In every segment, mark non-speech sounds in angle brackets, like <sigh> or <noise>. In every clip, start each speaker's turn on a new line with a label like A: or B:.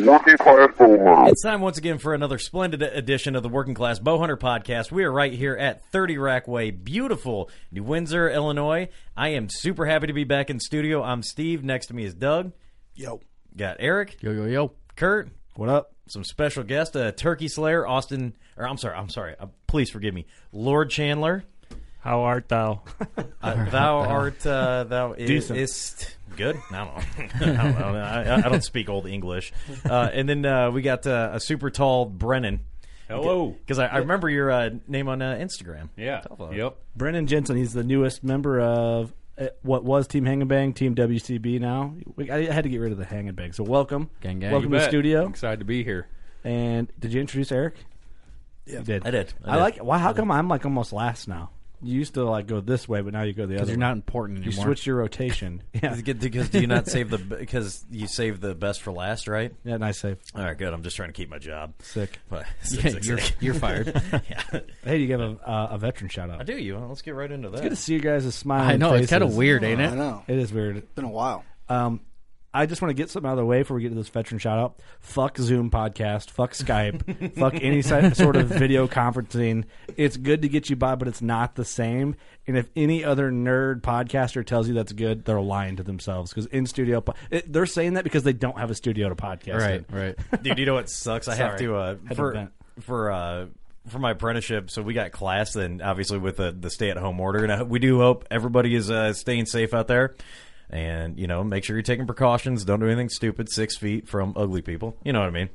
A: Working class for
B: It's time once again for another splendid edition of the Working Class Bowhunter Podcast. We are right here at 30 Rack Way, beautiful New Windsor, Illinois. I am super happy to be back in studio. I'm Steve. Next to me is Doug.
C: Yo.
B: Got Eric,
D: Yo yo yo.
B: Kurt,
C: What up?
B: some special guest, uh, Turkey Slayer, Austin. Or I'm sorry, I'm sorry. Uh, please forgive me, Lord Chandler.
E: How art thou?
B: <laughs> Uh, thou art uh, thou i- ist good. I don't know. <laughs> I don't, know. I, I don't speak old English. Uh, and then uh, we got uh, a super tall Brennan.
E: Hello.
B: because I, I remember your uh, name on uh, Instagram.
E: Yeah.
B: Tell about it.
E: Yep.
F: Brennan Jensen. He's the newest member of uh, what was Team Hang and Bang, Team WCB. Now we, I had to get rid of the Hang and Bang. So welcome,
D: Gang, gang.
F: welcome to the
E: Bet.
F: studio.
E: Excited to be here.
F: And did you introduce Eric? Yeah, you did.
B: I did. I
F: I,
B: did.
F: like. Why? How come I'm like almost last now? You used to like go this way, but now you go the other.
D: Because you're
F: way.
D: not important
F: You
D: anymore. <laughs>
F: switched your rotation. <laughs> Yeah,
B: Because do you not save the because you save the best for last, right?
F: yeah. Nice save.
B: All right, good. I'm just trying to keep my job.
F: Sick.
B: But, <laughs>
D: Yeah, you're,
F: <laughs>
D: you're fired.
B: yeah.
F: Hey, you give a, uh, a veteran shout out.
B: I do you. Let's get right into that.
F: Good to see you guys' smiling.
D: I know it's kind of
F: faces.
D: weird, ain't it?
G: know.
F: It is weird.
G: been a while.
F: Um, I just want to get something out of the way before we get to this veteran shout out. Fuck Zoom podcast. Fuck Skype. fuck any si- sort of video conferencing. It's good to get you by, but it's not the same. And if any other nerd podcaster tells you that's good, they're lying to themselves because in studio, po- it, they're saying that because they don't have a studio to podcast.
D: Right,
F: in.
H: <laughs>
D: right.
B: dude. You know what sucks? I have
F: Sorry.
B: to uh,
F: to
B: for
F: vent.
B: for uh, for my apprenticeship. So we got class, and obviously with the, the stay at home order, and I, hope- we do hope everybody is uh, staying safe out there. And you know, make sure you're taking precautions. Don't do anything stupid. Six feet from ugly people. You know what I mean,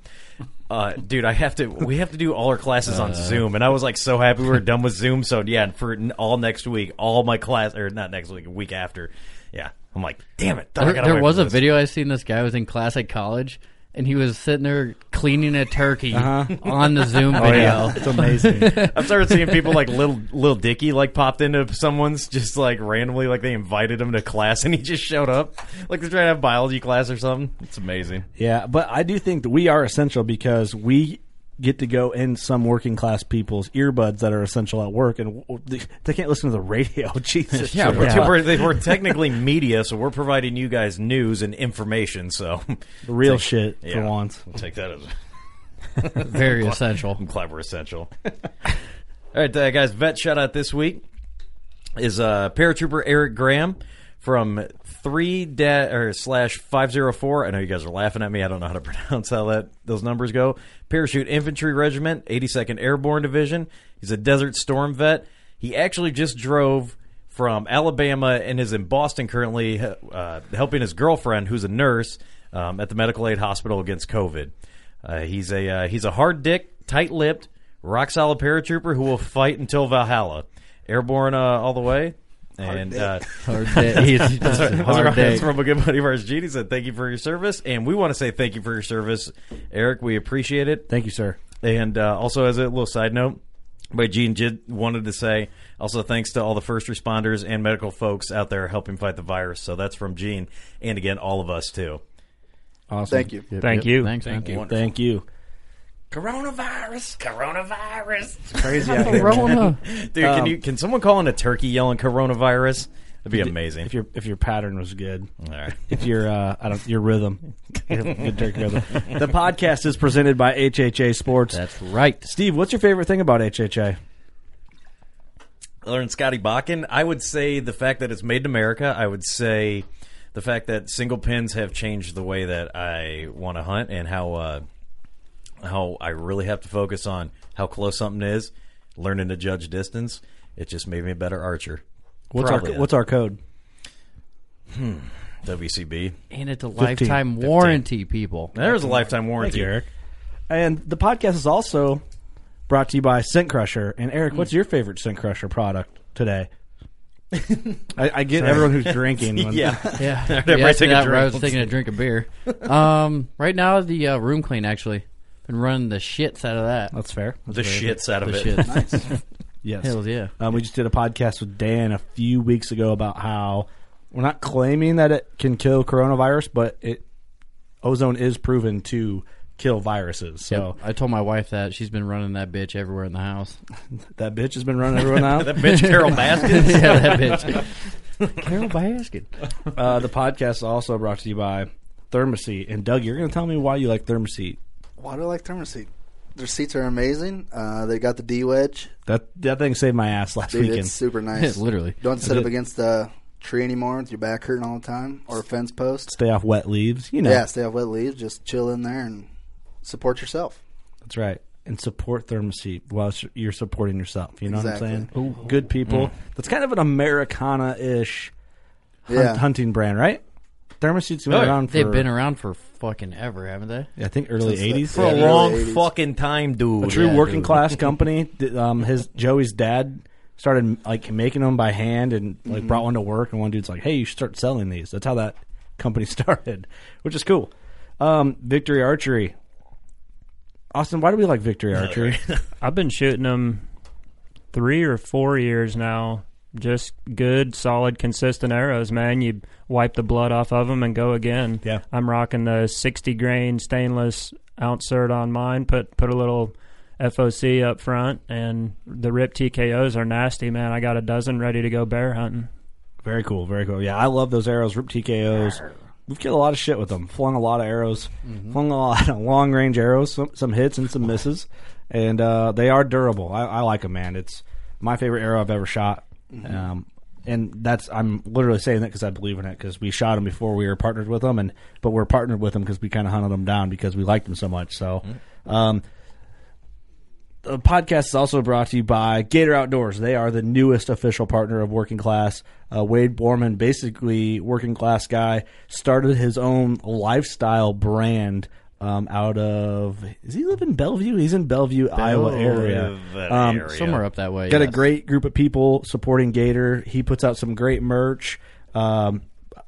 B: uh, dude. I have to. We have to do all our classes on Zoom, and I was like so happy we were done with Zoom. So yeah, for n- all next week, all my class or not next week, week after. Yeah, I'm like, damn it.
D: There, there was a video I seen. This guy was in class at college, and he was sitting there cleaning a turkey <laughs> on the Zoom video.
F: It's amazing.
B: I started seeing people like little little Dicky like popped into someone's just like randomly like they invited him to class and he just showed up like they're trying to have biology class or something. It's amazing.
F: Yeah, but I do think that we are essential because we get to go in some working class people's earbuds that are essential at work, and w- w- they can't listen to the radio. <laughs> Jesus,
D: Yeah,
B: We're,
D: we're-
B: we're- they- we're technically media, so we're providing you guys news and information. So <laughs>
F: the real shit for
B: yeah.
F: once.
B: We'll take that as
D: <laughs> Very essential.
B: I'm glad we're essential. <laughs> All right, uh, guys. Vet shout out this week is uh, paratrooper Eric Graham from three da- or slash five zero four. I know you guys are laughing at me. I don't know how to <laughs> pronounce how that those numbers go. Parachute Infantry Regiment, eighty second Airborne Division. He's a Desert Storm vet. He actually just drove from Alabama and is in Boston currently, uh, helping his girlfriend, who's a nurse, um, at the medical aid hospital against COVID. Uh, he's a uh, he's a hard dick, tight lipped, rock solid paratrooper who will fight until Valhalla. Airborne uh, all the way. And
F: <laughs>
B: uh, <laughs>
D: Hard day. He's just a hard
B: that's
D: day.
B: from a good buddy of ours, Gene. He said, Thank you for your service. And we want to say thank you for your service, Eric. We appreciate it.
F: Thank you, sir.
B: And uh, also, as a little side note, my Gene Jid wanted to say also thanks to all the first responders and medical folks out there helping fight the virus. So that's from Gene, and again, all of us too.
F: Awesome.
G: Thank you.
E: Thank you.
D: Thanks, man.
F: Thank you.
B: Coronavirus, coronavirus,
F: Crazy out here. man.
D: Corona.
B: dude.
F: Um,
B: can you can someone call in a turkey yelling coronavirus? That'd be amazing.
F: If your if your pattern was good,
B: all right.
F: if your uh, I don't your rhythm, good turkey rhythm. The podcast is presented by HHA Sports.
D: That's right.
F: Steve, what's your favorite thing about HHA?
B: Other than Scotty Bakken, I would say the fact that it's made in America. I would say the fact that single pins have changed the way that I want to hunt and how uh, how I really have to focus on how close something is, learning to judge distance. It just made me a better archer.
F: What's
B: Probably
F: our what's our code?
B: WCB?
D: And it's a lifetime warranty, people.
B: There's a lifetime warranty.
F: And the podcast is also brought to you by Scent Crusher. And Eric, what's your favorite Scent Crusher product today? <laughs> I, I get everyone who's drinking. <laughs> when-
B: Yeah,
D: <laughs> <laughs> Yeah,
B: Everybody
D: You asked me
B: take a
D: that where I
B: drink.
D: was taking a drink of beer. Um, right now the uh, room clean actually been running the shits out of that.
F: that's fair.
B: the shits out of
D: the
B: it.
D: shits.
F: Yes.
D: Hells yeah.
F: Um, we just did a podcast with Dan a few weeks ago about how we're not claiming that it can kill coronavirus, but it ozone is proven to kill viruses. So
D: I told my wife that she's been running that bitch everywhere in the house. <laughs>
F: that bitch has been running everyone out.
B: <laughs> <laughs> That bitch Carol Baskins.
D: yeah, that bitch. Carol Baskin.
F: Uh, the podcast is also brought to you by Thermoseat. And Doug, you're going to tell me why you like Thermoseat.
G: Why do I like Thermoseat? Their seats are amazing. Uh, they got the D wedge.
F: That that thing saved my ass last
G: Dude,
F: weekend.
G: it's super nice.
D: Literally.
G: Don't sit up against the tree anymore with your back hurting all the time or a fence post.
F: Stay off wet leaves. You know,
G: Yeah, stay off wet leaves. Just chill in there and support yourself.
F: that's right. And support Thermoseat while s- you're supporting yourself. You know what I'm
G: Exactly.
F: saying? Good people.
B: Mm.
F: That's kind of an Americana ish
G: Yeah.
F: hunting brand, right? Thermoseat's been
B: Oh, yeah.
F: around for
D: They've been around for fucking ever, haven't they?
F: I think early
G: Since the-
F: '80s.
B: For a
G: Yeah,
B: long
G: early 80s.
B: fucking time, dude.
F: true
D: Yeah,
F: working
D: dude.
G: <laughs>
F: class company. Th- Um, his Joey's dad started like making them by hand and
G: Mm-hmm.
F: like brought one to work. And one dude's like, "Hey, you should start selling these." That's how that <laughs> company started, which is cool. Um, Victory Archery. Austin, why do we like Victory Archery? <laughs>
E: I've been shooting them three or four years now. Just good, solid, consistent arrows, man. You wipe the blood off of them and go again.
F: Yeah.
E: I'm rocking the 60 grain stainless ouncert on mine. Put put a little FOC up front, and the rip TKOs are nasty, man. I got a dozen ready to go bear hunting.
F: very cool, very cool. Yeah, I love those arrows. Rip TKOs. We've killed a lot of shit with them. Flung a lot of arrows. Flung a lot of long range arrows. Some some hits and some misses, and uh, they are durable. I, I like them, man. It's my favorite arrow I've ever shot. Um, and that's I'm literally saying that because I believe in it because we shot them before we were partnered with them, and but we're partnered with them because we kind of hunted them down because we liked them so much. So. Um, the uh, podcast is also brought to you by Gator Outdoors. They are the newest official partner of Working Class. Uh, Wade Borman, basically working class guy, started his own lifestyle brand um, out of. Does he live in Bellevue? He's in Bellevue, Iowa area.
B: That
F: Um,
B: area.
D: Somewhere up that way.
F: Got a
D: yes.
F: great group of people supporting Gator. He puts out some great merch. Um,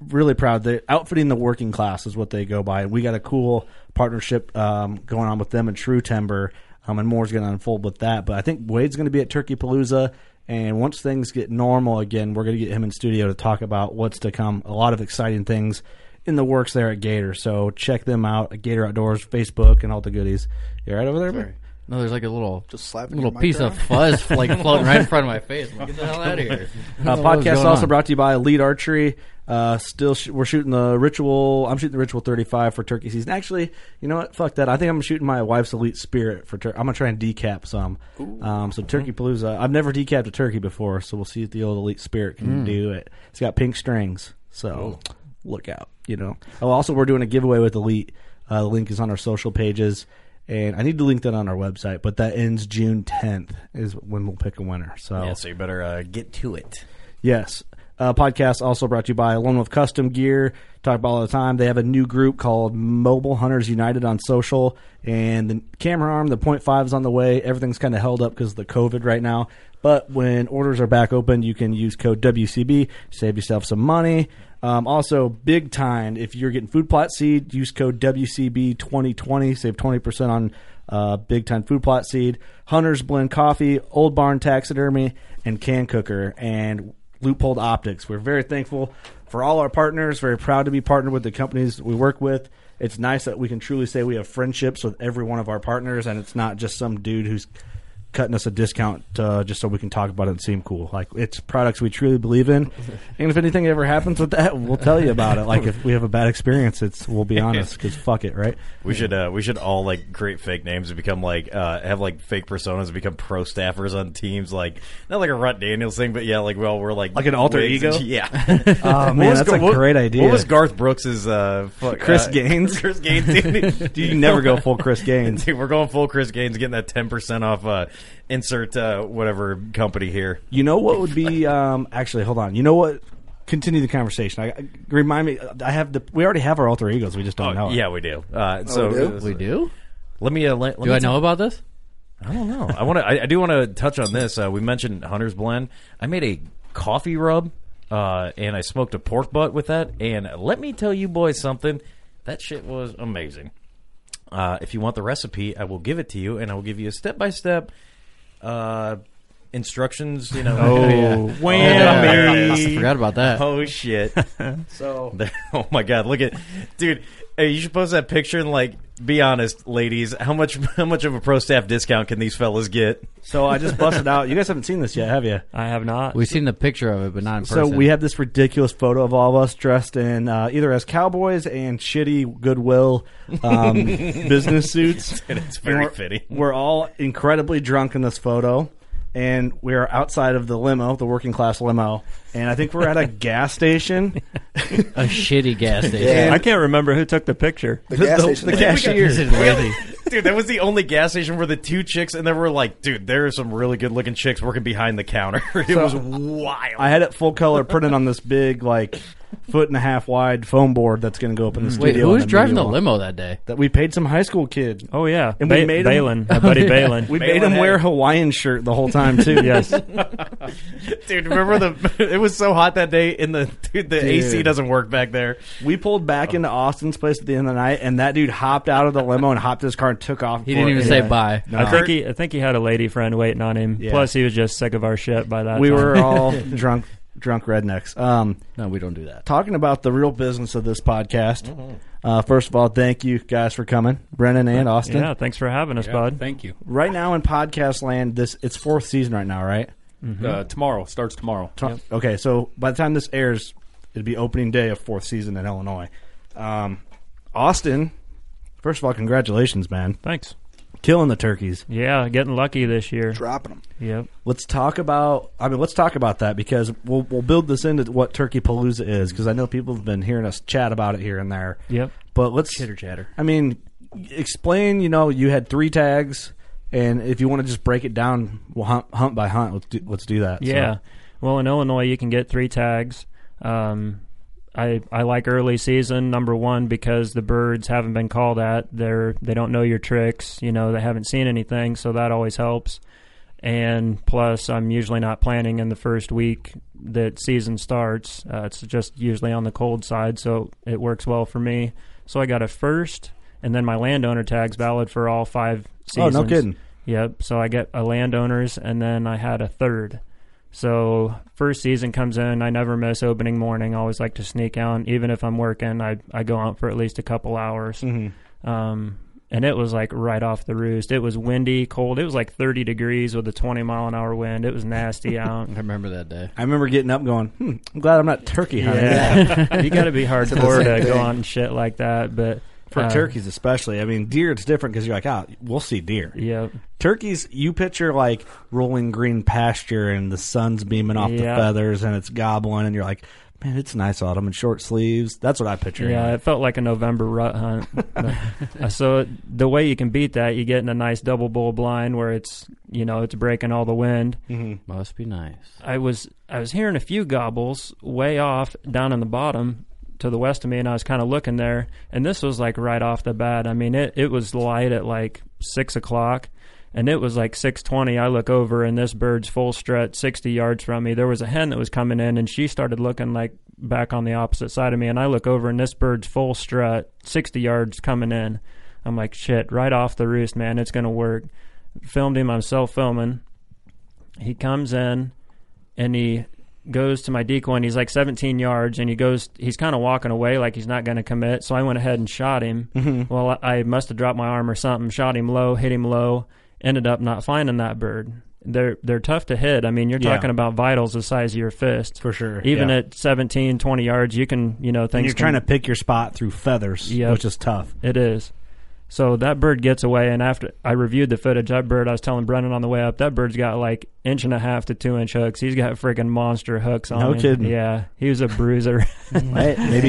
F: really proud. They're outfitting the working class is what they go by. We got a cool partnership um, going on with them and True Timber, um, and more is going to unfold with that. But I think Wade's going to be at Turkey Palooza. And once things get normal again, we're going to get him in studio to talk about what's to come. A lot of exciting things in the works there at Gator. So check them out at Gator Outdoors, Facebook, and all the goodies. You all right over there, man?
D: No, there's like a little
G: Just slapping
D: little
G: your mic
D: piece of
G: around.
D: fuzz like floating right in front of my face. I'm like, Get the hell out of here! <laughs>
F: Uh, podcast also brought to you by Elite Archery. Uh, still, sh- we're shooting the ritual. I'm shooting the ritual 35 for turkey season. Actually, you know what? Fuck that. I think I'm shooting my wife's Elite Spirit for turkey. I'm gonna try and decap some. Um, so turkey palooza. I've never decapped a turkey before, so we'll see if the old Elite Spirit can do it. It's got pink strings, so look out. You know. Oh, also, we're doing a giveaway with Elite. Uh, the link is on our social pages. And I need to link that on our website, but that ends June 10th is when we'll pick a winner. So
B: Yeah, so you better uh, get to it.
F: Yes. Uh, podcast also brought to you by Lone Wolf Custom Gear. Talk about all the time. They have a new group called Mobile Hunters United on social, and the camera arm, the point five is on the way. Everything's kind of held up because of the COVID right now, But when orders are back open, you can use code WCB, save yourself some money. Um, also, big time, if you're getting food plot seed, use code WCB2020, save 20% on uh, big time food plot seed, Hunter's Blend Coffee, Old Barn Taxidermy, and Can Cooker. And Loophole Optics. We're very thankful for all our partners. Very proud to be partnered with the companies we work with. It's nice that we can truly say we have friendships with every one of our partners, and it's not just some dude who's cutting us a discount uh, just so we can talk about it and seem cool. Like it's products we truly believe in, and if anything ever happens with that, we'll tell you about it. Like if we have a bad experience, it's we'll be honest because fuck it, right?
B: We should uh, we should all like create fake names and become like uh, have like fake personas and become pro staffers on teams like not like a Rut Daniels thing but yeah like well we're like
F: Like an alter
B: wigs and
F: ego?
B: shit.
F: <laughs>
B: yeah <laughs>
F: Oh
B: What
F: man,
B: was
F: that's
B: Gar-
F: a
B: what-
F: great idea.
B: What was Garth Brooks's uh, fuck,
F: Chris
B: uh, <laughs>
F: Gaines?
B: Chris Gaines. Dude,
F: Dude, <laughs> you never
B: <laughs>
F: go full Chris Gaines.
B: Dude, we're going full Chris Gaines, getting that ten percent off. Uh, insert uh, whatever company here.
F: You know what would be um, actually? Hold on. You know what? Continue the conversation. I, I- remind me. I have the. We already have our alter egos. We just don't
E: Oh,
F: know. it.
B: yeah, we do. Uh, so
G: Oh, we do?
D: We do?
B: Let me. Uh, let, let
D: Do
B: me
D: I know about this?
B: I don't know. I want to. I, I do want to touch on this. Uh, we mentioned Hunter's Blend. I made a coffee rub, uh, and I smoked a pork butt with that. And let me tell you, boys, something. That shit was amazing. Uh, if you want the recipe, I will give it to you, and I will give you a step by step instructions. You know. <laughs>
F: Oh,
D: I forgot about that.
B: Oh
E: <laughs>
B: shit! <laughs> so, oh my god, look at, dude. Hey, you should post that picture and like be honest, ladies. How much <laughs> how much of a pro staff discount can these fellas get?
F: So I just busted out. You guys haven't seen this yet, have you?
E: I have not.
D: We've seen the picture of it, but not in
F: So
D: person.
F: we have this ridiculous photo of all of us dressed in uh, either as cowboys and shitty Goodwill <laughs> um, business suits.
B: <laughs> And it's very
F: we're,
B: fitting.
F: We're all incredibly drunk in this photo, and we are outside of the limo, the working class limo, and I think we're at a gas station.
D: a shitty gas station.
E: I can't remember who took the picture.
G: The gas station.
F: the
G: lady.
F: cashier.
D: Is it really?
B: Dude, that was the only gas station where the two chicks and there were like, dude, there are some really good looking chicks working behind the counter. <laughs> It was wild.
F: I had it full color printed on this big like foot and a half wide foam board that's going to go up
E: Mm.
F: in the
D: Wait,
F: studio.
D: who
F: on
D: was driving the
F: manual.
D: limo that day?
F: That we paid some high school kid.
E: Oh yeah,
F: And we made 'em-
E: Balin, my buddy Balin.
F: <laughs> We
B: Balin
F: made him
B: had
F: wear
B: it.
F: Hawaiian shirt the whole time too.
E: <laughs> yes,
B: <laughs> dude, remember the? <laughs> It was so hot that day. In the dude, the AC
F: Dude.
B: doesn't work back there.
F: we pulled back into Austin's place at the end of the night, and that dude hopped out of the limo and hopped his car and took off.
D: He didn't
F: for-
D: even say bye.
E: I think he. I think he had a lady friend waiting on him.
F: Yeah.
E: Plus, he was just sick of our shit by that.
F: We
E: time.
F: were all <laughs> drunk, drunk rednecks. Um,
D: No, we don't do that.
F: talking about the real business of this podcast. Uh, first of all, thank you guys for coming, Brennan and Austin.
E: <laughs> Yeah, thanks for having us, bud.
H: Thank you.
F: Right now in podcast land, this it's fourth season right now, right?
D: Mm-hmm.
H: Uh, tomorrow starts tomorrow.
F: Tw- Okay, so by the time this airs, it'd be opening day of fourth season in Illinois. Um, Austin, first of all, congratulations, man,
E: Thanks.
F: killing the turkeys.
E: Yeah, getting lucky this year.
G: Dropping them.
E: Yep.
F: Let's talk about. I mean, let's talk about that because we'll we'll build this into what Turkey Palooza is because I know people have been hearing us chat about it here and there.
E: Yep.
F: But let's chitter chatter. I mean, explain. You know, you had three tags, and if you want to just break it down, well, hunt, hunt by hunt. Let's do, let's do that. So-
E: Yeah. Well, in Illinois, you can get three tags. Um, I I like early season number one because the birds haven't been called at. They're they don't know your tricks. You know they haven't seen anything, so that always helps. And plus, I'm usually not planning in the first week that season starts. Uh, it's just usually on the cold side, so it works well for me. So I got a first, and then my landowner tag's valid for all five
F: Oh,
E: seasons.
F: no kidding.
E: Yep. So I get a landowners, and then I had a third. So first season comes in, I never miss opening morning. I always like to sneak out, even if I'm working. I I go out for at least a couple hours. Um, and it was like right off the roost. It was windy, cold. It was like 30 degrees with a 20 mile an hour wind. It was nasty out.
D: I remember that day.
F: I remember getting up, going, hmm, "I'm glad I'm not turkey hunting."
E: Yeah, you got
G: <laughs>
E: to be hardcore
G: same
E: to go
G: thing.
E: on shit like that. But
F: For
E: uh,
F: turkeys, especially. I mean, deer, it's different because you're like, ah, we'll see deer.
E: yeah,
F: Turkeys, you picture like rolling green pasture and the sun's beaming off
E: Yeah.
F: the feathers and it's gobbling, and you're like, man, it's nice autumn in short sleeves. That's what I picture.
E: Yeah, it felt like a November rut hunt. Uh, <laughs> so the way you can beat that, you get in a nice double bull blind where it's you know it's breaking all the wind.
D: Must be nice.
E: I was I was hearing a few gobbles way off down in the bottom to the west of me, and I was kind of looking there, and this was like right off the bat. I mean, it it was light at like six o'clock,
G: and it was like 620 i look over and this bird's full strut 60 yards from me there was a hen that was coming in and she started looking like back on the opposite side of me and i look over and this bird's full strut 60 yards coming in i'm like shit right off the roost man it's going to work filmed him i'm self filming he comes in and he goes to my decoy and he's like 17 yards and he goes he's kind of walking away like he's not going to commit so i went ahead and shot him
F: Mm-hmm.
G: well I, I must have dropped my arm or something shot him low hit him low ended up not finding that bird they're they're tough to hit i mean you're
F: Yeah.
G: talking about vitals the size of your fist
F: For sure,
G: even
F: yeah.
G: at 17 20 yards you can you know
F: And
G: things
F: you're
G: can-
F: trying to pick your spot through feathers,
G: Yep.
F: which is tough.
G: <laughs> it is. So that bird gets away, and after I reviewed the footage, that bird I was telling Brennan on the way up, that bird's got like inch and a half to two inch hooks. He's got freaking monster hooks on
F: No
G: him.
F: kidding.
G: Yeah, he was a bruiser. <laughs>
F: Maybe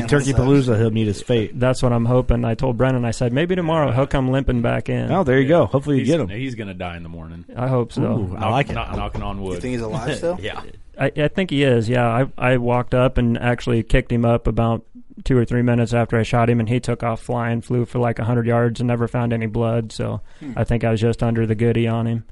E: that
F: Turkey
E: sucks.
F: Palooza, he'll meet his fate.
G: That's what I'm hoping. I told Brennan, I said maybe tomorrow he'll come limping back in.
F: Oh, there you go. Hopefully you
H: he's,
F: get
H: gonna-
F: him.
H: He's going to die in the morning.
G: I hope so.
F: Ooh, I like it.
H: Knock- knocking on
E: You
H: wood.
E: think he's alive still?
B: Yeah.
G: I, I think he is. Yeah, I I walked up and actually kicked him up about two or three minutes after I shot him, and he took off flying, flew for like hundred yards, and never found any blood. So I think I was just under the goodie on him.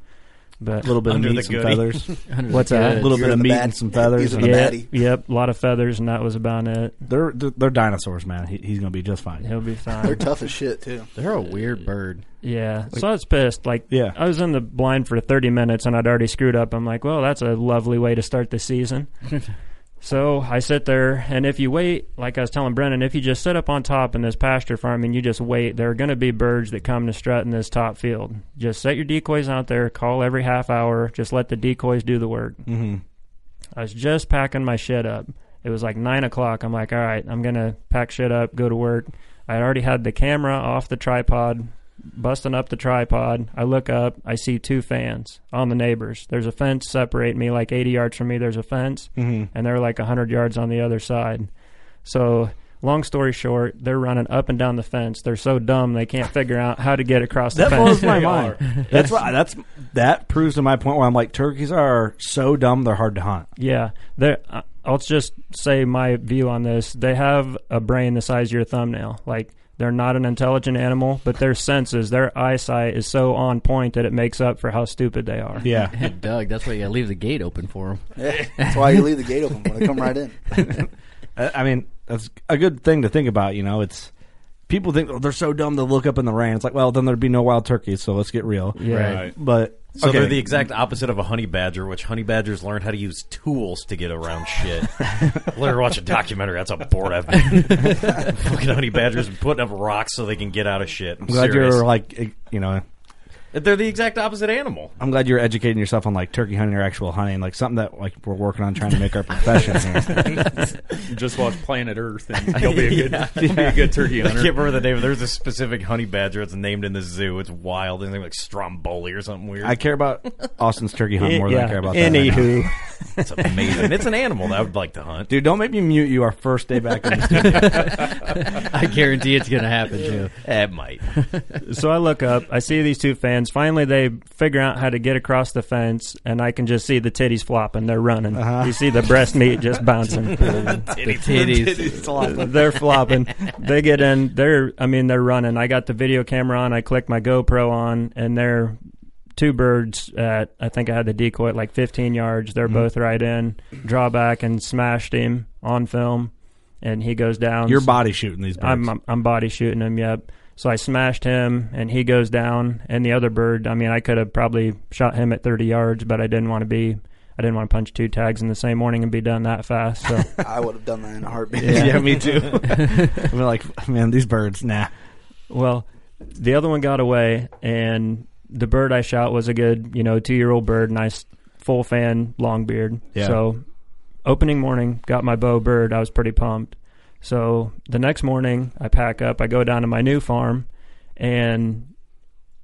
G: But
F: A little bit
B: Under
F: of
B: the
F: meat, some
B: goodie.
F: feathers.
G: <laughs>
D: Hundred
G: What's
D: good.
G: that?
F: A little
E: You're
F: bit of
E: the
F: meat
E: bad-
F: and some feathers.
E: he's in
F: and-
E: the
G: yeah,
E: baddie.
G: yep, a lot of feathers, and that was about it.
F: They're, they're they're dinosaurs, man. He, he's gonna be just fine.
G: He'll be
E: They're
G: fine.
E: tough as shit too.
D: They're a weird <laughs> bird.
G: yeah. so I was pissed. Like,
F: Yeah.
G: I was in the blind for 30 minutes and I'd already screwed up. I'm like, well, that's a lovely way to start the season. so I sit there, and if you wait, like I was telling Brennan, if you just sit up on top in this pasture farm and you just wait, there are going to be birds that come to strut in this top field. Just set your decoys out there, call every half hour, just let the decoys do the work.
F: Mm-hmm.
G: I was just packing my shit up. It was like nine o'clock. I'm like, all right, I'm gonna pack shit up, go to work. I already had the camera off the tripod, busting up the tripod. I look up, I see two fans on the neighbors. There's a fence separating me, like 80 yards from me. There's a fence,
F: Mm-hmm.
G: and they're like 100 yards on the other side. So, long story short, they're running up and down the fence. They're so dumb they can't figure out how to get across the
F: That
G: fence. <laughs>
F: blows my mind. That's why. That's that proves to my point where I'm like, turkeys are so dumb they're hard to hunt.
G: Yeah, they I'll just say my view on this. They have a brain the size of your thumbnail. Like they're not an intelligent animal, but their senses, their eyesight is so on point that it makes up for how stupid they are.
F: Yeah.
D: Doug, that's why you gotta leave the gate open for him.
E: Yeah. That's why you leave the gate open when they come right in.
F: I I mean, that's a good thing to think about. You know, it's people think oh, they're so dumb to look up in the rain. It's like, well, then there'd be no wild turkeys. So let's get real.
G: Yeah.
H: Right.
F: But
B: So
F: okay.
B: they're the exact opposite of a honey badger, which honey badgers learn how to use tools to get around <laughs> shit. Let her watch a documentary. That's a bored I've been. <laughs> Fucking honey badgers putting up rocks so they can get out of shit. I'm
F: I'm glad
B: serious.
F: you're like, eh, you know,
B: They're the exact opposite animal.
F: I'm glad you're educating yourself on like turkey hunting or actual hunting, like something that like we're working on trying to make our profession.
G: <laughs>
F: here.
H: Just watch Planet Earth,
F: <laughs>
H: and you'll be a good, you'll be a good turkey
B: I
H: hunter.
B: can't remember the name. There's a specific honey badger that's named in the zoo. It's wild. It's like Stromboli or something weird.
F: I care about Austin's turkey hunt more than I care about that. right now.
G: Anywho,
B: it's amazing. it's an animal that I would like to hunt.
F: Dude, don't make me mute you our first day back. in the studio.
D: I guarantee it's gonna happen too.
B: It <laughs> might.
G: <laughs> so I look up, I see these two fans. Finally, they figure out how to get across the fence, and I can just see the titties flopping. They're running.
F: Uh-huh.
G: You see the breast meat just bouncing.
D: The titties.
G: they're
F: <laughs>
G: flopping. They get in. They're. I mean, they're running. I got the video camera on. I click my GoPro on, and they're two birds at. I think I had the decoy at like 15 yards. They're both right in. Draw back and smashed him on film, and he goes down.
F: You're body shooting these birds.
G: I'm, I'm I'm body shooting him. Yep. So I smashed him, and he goes down. And the other bird. I mean, I could have probably shot him at 30 yards, but I didn't want to be. I didn't want to punch two tags in the same morning and be done that fast. So.
E: I would have done that in a
F: <laughs>
E: heartbeat.
G: <laughs>
F: yeah. me too. <laughs> I'm like, man, these birds, nah.
G: Well, the other one got away, and the bird I shot was a good, you know, two year old bird, nice full fan, long beard.
F: Yeah.
G: So, opening morning, got my bow bird. I was pretty pumped. So, the next morning, I pack up, I go down to my new farm, and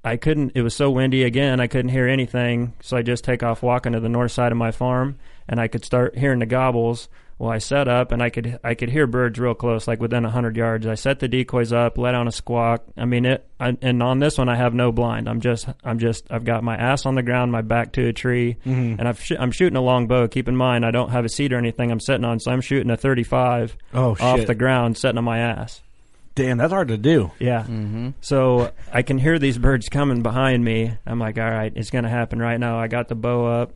G: I couldn't, it was so windy again, I couldn't hear anything. So, I just take off walking to the north side of my farm, and I could start hearing the gobbles. Well, I set up and I could I could hear birds real close, like within hundred yards. I set the decoys up, let out a squawk. I mean it. I, and on this one, I have no blind. I'm just I'm just I've got my ass on the ground, my back to a tree,
F: Mm-hmm.
G: and I've sh- I'm shooting a long bow. Keep in mind, I don't have a seat or anything I'm sitting on, so I'm shooting a 35
F: Oh,
G: off
F: shit.
G: the ground, sitting on my ass.
F: Damn, that's hard to do.
E: Yeah.
F: Mm-hmm.
E: So I can hear these birds coming behind me. I'm like, all right, it's going to happen right now. I got the bow up,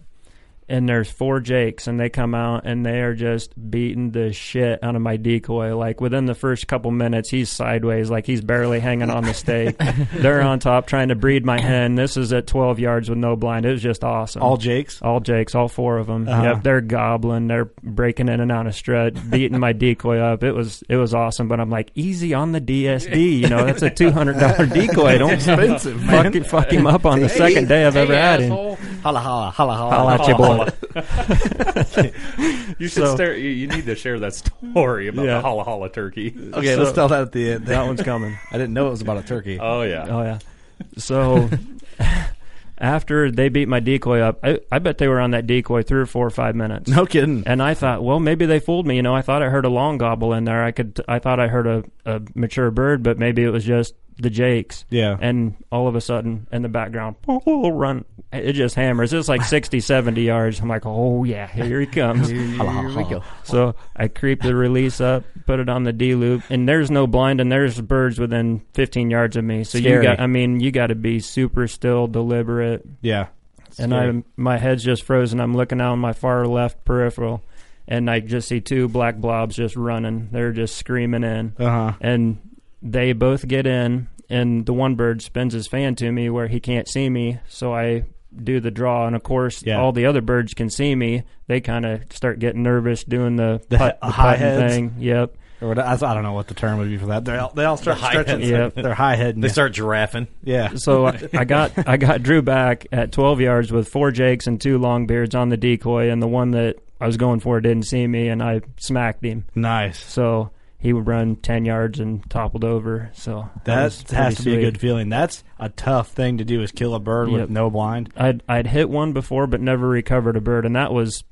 E: and there's four jakes, and they come out and they are just beating the shit out of my decoy. Like within the first couple minutes, he's sideways, like he's barely hanging on the stake. They're on top trying to breed my hen. This is at 12 yards with no blind. It was just awesome.
F: All Jakes.
E: All Jakes, all four of them.
F: Uh-huh.
E: Yep, they're gobbling, they're breaking in and out of strut, beating my decoy up. It was it was awesome, but I'm like easy on the DSD. You know, that's a two hundred dollar decoy. Don't expensive, fuck, fuck him up on the second day I've ever had him.
C: Holla, holla, holla, holla.
E: I'll at you, boy.
H: <laughs> You should
E: So-
H: stare. You, you need to share that story about
E: Yeah.
H: the holla holla turkey.
F: Okay, let's tell that at the end.
E: That one's coming.
F: I didn't know it was about a turkey.
H: Oh yeah.
E: Oh yeah. So <laughs> after they beat my decoy up, I, I bet they were on that decoy three or four or five minutes.
F: no kidding.
E: And I thought, well, maybe they fooled me. You know, I thought I heard a long gobble in there. I could, I thought I heard a, a mature bird, but maybe it was just the jakes.
F: Yeah.
E: And all of a sudden, in the background, run! It just hammers. It's like 60, 70 yards. I'm like, oh yeah, here he
D: <laughs>
F: <laughs>
E: comes.
D: Here we go.
E: So I creep the release up, put it on the D loop, and there's no blind, and there's birds within 15 yards of me. So
F: Scary.
E: you got, I mean, you got to be super still, deliberate,
F: Yeah.
E: and I'm my head's just frozen. I'm looking out on my far left peripheral, and I just see two black blobs just running. They're just screaming in,
F: Uh huh.
E: and they both get in. And the one bird spins his fan to me where he can't see me, so I do the draw. And of course,
F: Yeah.
E: all the other birds can see me. They kind of start getting nervous doing the,
F: The
E: putt,
F: he-
E: the
F: high
E: putting
F: heads?
E: thing. Yep.
F: Or what, I I don't know what the term would be for that. They all, they all start
B: The high
F: stretching.
B: heads.
F: their-
E: Yep.
F: They're high heading.
B: They start giraffing.
F: Yeah.
E: So I, I got I got Drew back at 12 yards with four jakes and two long beards on the decoy, and the one that I was going for didn't see me, and I smacked him.
F: Nice.
E: So he would run 10 yards and toppled over. So
F: That
E: was
F: has
E: pretty
F: to be a
E: sweet.
F: good feeling. That's a tough thing to do is kill a bird with
E: Yep.
F: no blind.
E: I'd I'd hit one before, but never recovered a bird, and that was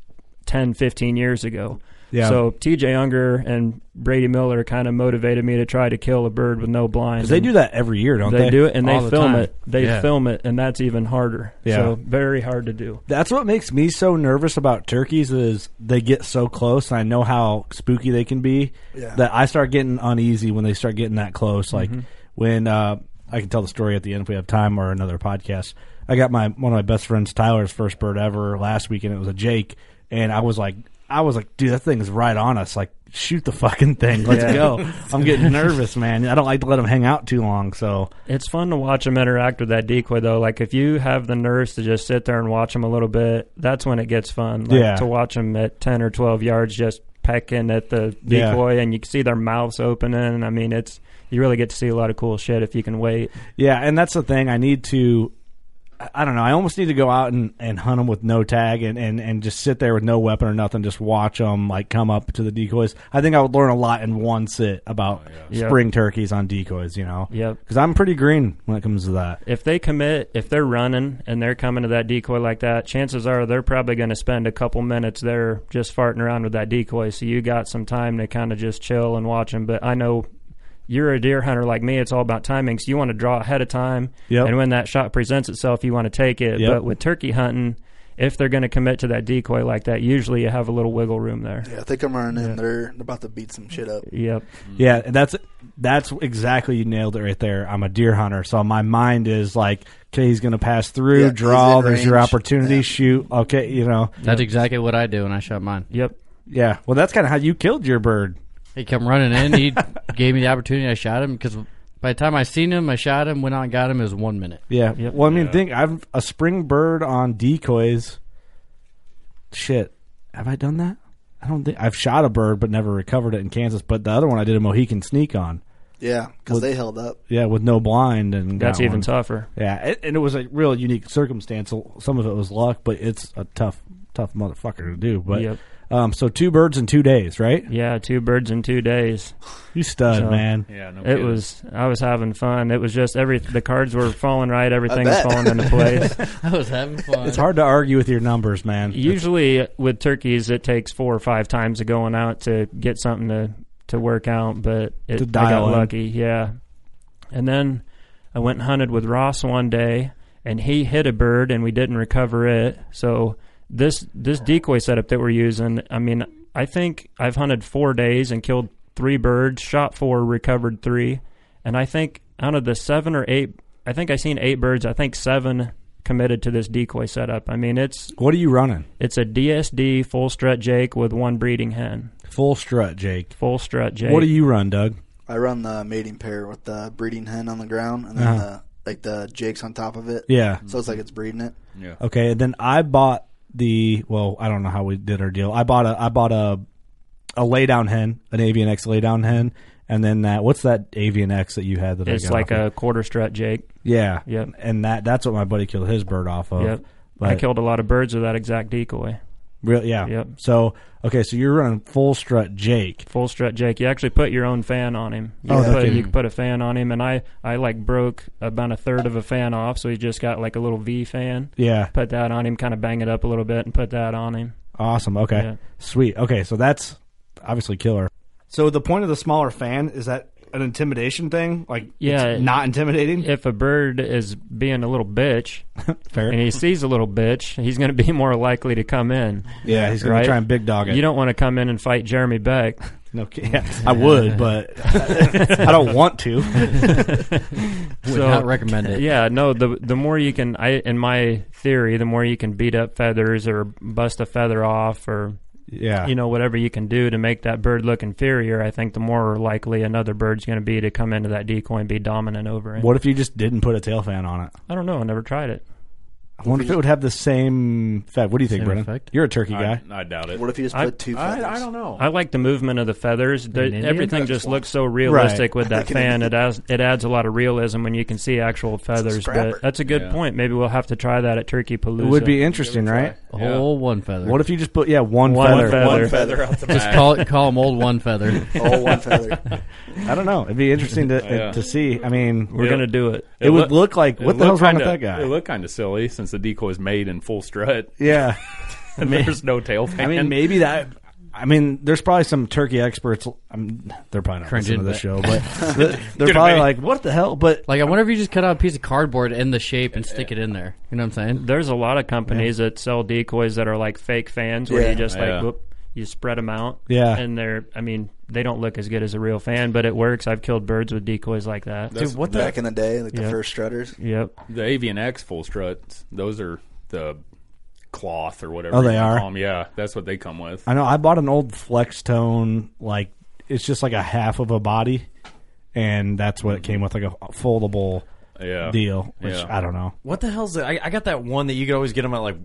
E: 10, 15 years ago.
F: Yeah.
E: So T.J. Unger and Brady Miller kind of motivated me to try to kill a bird with no blind.
F: 'Cause they do that every year, don't
E: They,
F: they?
E: do it and
F: All
E: they
F: the
E: film
F: time.
E: it. They
F: Ah, Yeah.
E: film it, and that's even harder.
F: Yeah.
E: So very hard to do.
F: That's what makes me so nervous about turkeys is they get so close, and I know how spooky they can be
G: Yeah.
F: that I start getting uneasy when they start getting that close. Like
E: Mm-hmm.
F: when uh, I can tell the story at the end if we have time or another podcast. I got my one of my best friends Tyler's first bird ever last weekend. It was a Jake, and I was like, I was like, dude, that thing is right on us. Like, shoot the fucking thing, let's go. I'm
E: <laughs>
F: getting nervous, man. I don't like to let them hang out too long, so
E: It's fun to watch them interact with that decoy, though. Like if you have the nerves to just sit there and watch them a little bit, that's when it gets fun. Like,
F: Yeah.
E: To watch them at ten or twelve yards, just pecking at the
F: Yeah.
E: decoy, and you can see their mouths opening. I mean, it's you really get to see a lot of cool shit if you can wait.
F: Yeah, and that's the thing. I need to. I- I don't know. I almost need to go out and, and hunt them with no tag and, and, and just sit there with no weapon or nothing. Just watch them like come up to the decoys. I think I would learn a lot in one sit about
E: yeah.
F: spring turkeys on decoys. You know,
E: Yep.
F: because I'm pretty green when it comes to that.
E: If they commit, if they're running and they're coming to that decoy like that, chances are they're probably going to spend a couple minutes there just farting around with that decoy. So you got some time to kind of just chill and watch them. But I know you're a deer hunter like me. It's all about timing. So you want to draw ahead of time.
F: Yep.
E: And when that shot presents itself, you want to take it.
F: Yep.
E: But with turkey hunting, if they're going to commit to that decoy like that, usually you have a little wiggle room there.
G: Yeah, if they come running in, they're about to beat some shit up.
E: Yep.
F: Yeah, that's that's exactly you nailed it right there. I'm a deer hunter, so my mind is like, okay, he's going to pass through,
G: Yeah, he's
F: draw.
G: in
F: There's your
G: range.
F: opportunity,
G: Yeah.
F: shoot. Okay, you know,
D: That's exactly what I do when I shot mine.
E: Yep.
F: yeah. Well, that's kind of how you killed your bird.
D: He come running in.
F: <laughs>
D: He gave me the opportunity. I shot him because by the time I seen him, I shot him. Went out and got him. It was one minute.
F: Yeah.
E: Yep.
F: Well, I mean, think I've a spring bird on decoys. Shit, have I done that? I don't think I've shot a bird, but never recovered it in Kansas. But the other one, I did a Mohican sneak on.
G: Yeah, because they held up.
F: Yeah, with no blind, and got
E: That's even
F: one.
E: tougher.
F: Yeah, it, and it was a real unique circumstance. Some of it was luck, but it's a tough, tough motherfucker to do. But
E: Yep.
F: um, so two birds in two days, right?
E: Yeah. Two birds in two days.
F: You stud,
E: So-
F: man.
H: Yeah. No
E: It
H: kidding.
E: was. I was having fun. It was just every. The cards were falling right. Everything was
G: bet.
E: falling into place.
D: <laughs> I was having fun.
F: It's hard to argue with your numbers, man.
E: Usually with turkeys, it takes four or five times of going out to get something to to work out. But it,
F: To
E: I got
F: dial in.
E: lucky. Yeah. And then I went and hunted with Ross one day, and he hit a bird, and we didn't recover it. So this this decoy setup that we're using. I mean, I think I've hunted four days and killed three birds, shot four, recovered three, and I think out of the seven or eight, I think I seen eight birds. I think seven committed to this decoy setup. I mean, it's
F: What are you running?
E: it's a DSD full strut Jake with one breeding hen.
F: Full strut, Jake.
E: Full strut Jake.
F: What do you run, Doug?
G: I run the mating pair with the breeding hen on the ground and then the, like the jakes on top of it.
F: Uh-huh. Yeah.
G: So it's like it's breeding it.
F: Okay, and then I bought the well, I don't know how we did our deal. I bought a I bought a a lay down hen, an avian X lay down hen, and then that what's that avian X that you had that I
E: It's
F: got
E: like
F: off of?
E: a quarter strut Jake.
F: yeah,
E: Yep.
F: and that that's what my buddy killed his bird off of.
E: Yep. I
F: But-
E: killed a lot of birds with that exact decoy.
F: Real, yeah.
E: Yep.
F: So okay, so you're running full strut, Jake.
E: Full strut Jake. You actually put your own fan on him. You
F: Oh,
E: could
F: no
E: put,
F: kidding.
E: you could put a fan on him, and I I like broke about a third of a fan off, so he just got like a little V fan.
F: Yeah,
E: Put that on him, kind of bang it up a little bit, and put that um, on him.
F: awesome. Okay,
E: Yeah.
F: sweet. Okay, so that's obviously killer. So the point of the smaller fan is that an intimidation thing, like
E: Yeah.
F: it's not intimidating.
E: If a bird is being a little bitch
F: <laughs> Fair.
E: <laughs> and he sees a little bitch, he's going to be <laughs> more likely to come in.
F: yeah, he's gonna
E: Right?
F: try and big dog it.
E: You don't want to come in and fight Jeremy Beck.
F: No, ki- yeah, I would, but
E: <laughs>
F: <laughs> I don't want to.
D: Would
E: So-
D: not recommend it.
E: yeah, no. The the more you can, I in my theory, the more you can beat up feathers or bust a feather off or
F: Yeah,
E: you know whatever you can do to make that bird look inferior. I think the more likely another bird's going to be to come into that decoy and be dominant over it.
F: What if you just didn't put a tail fan on it?
E: I don't know. I never tried it.
F: I wonder if it would have the same effect. What do you think,
D: Same
F: Brennan?
D: effect?
F: You're a turkey
E: Uh,
F: guy.
H: I, I doubt it.
G: What if you just
E: I-
G: put two feathers?
H: I, I don't know.
E: I like the movement of the feathers. The-
D: Indian?
E: everything just looks
G: <laughs>
E: so realistic with that fan. It adds it adds a lot of realism when you can see actual feathers.
G: scrapper.
E: But that's a good
H: Yeah.
E: point. Maybe we'll have to try that at Turkey Palooza.
F: It would be interesting, right?
D: The whole one feather.
F: What if you just put yeah one,
E: One
F: feather?
E: feather.
H: One feather <laughs> out the back.
D: Just call it, call him old one
F: <laughs>
D: feather.
G: <laughs> All one feather.
F: I don't know. It'd be interesting to
H: Yeah.
F: to see. I mean,
E: We're gonna do it.
F: It, would
H: loo-
F: look like
H: it
F: what the
H: looked
F: hell's wrong with
H: kinda-
F: that guy?
H: It looked kind of silly since the decoy's made in full strut. <laughs>
F: yeah,
H: And there's no tail fan.
F: I mean maybe that. I mean, there's probably some turkey experts. I'm, they're probably not
D: Cringing,
F: listening to the
D: but-
F: show, but
E: <laughs>
F: they're probably like, "What the hell?" But
D: Like I wonder if you just cut out a piece of cardboard in the shape and stick it in there. You know what I'm saying?
E: There's a lot of companies that sell decoys that are like fake fans where
G: Yeah.
E: you just like
H: Yeah.
E: whoop, you spread them out.
F: Yeah.
E: and they're I mean <laughs> they don't look as good as a real fan, but it works. I've killed birds with decoys like that.
G: Dude, what
H: the-
G: back in the day, like
E: Yeah.
G: the first strutters.
E: Yep.
H: the Avian X full struts. Those are the cloth or whatever.
F: Oh,
H: you
F: they
H: wanna
F: are?
H: call 'em. Yeah, that's what they come with.
F: I know I bought an old flex tone, like it's just like a half of a body, and that's what it came with, like a foldable
H: Yeah.
F: deal. Which
H: Yeah.
F: I don't know.
B: What the hell's that? I, I got that one that you could always get them at like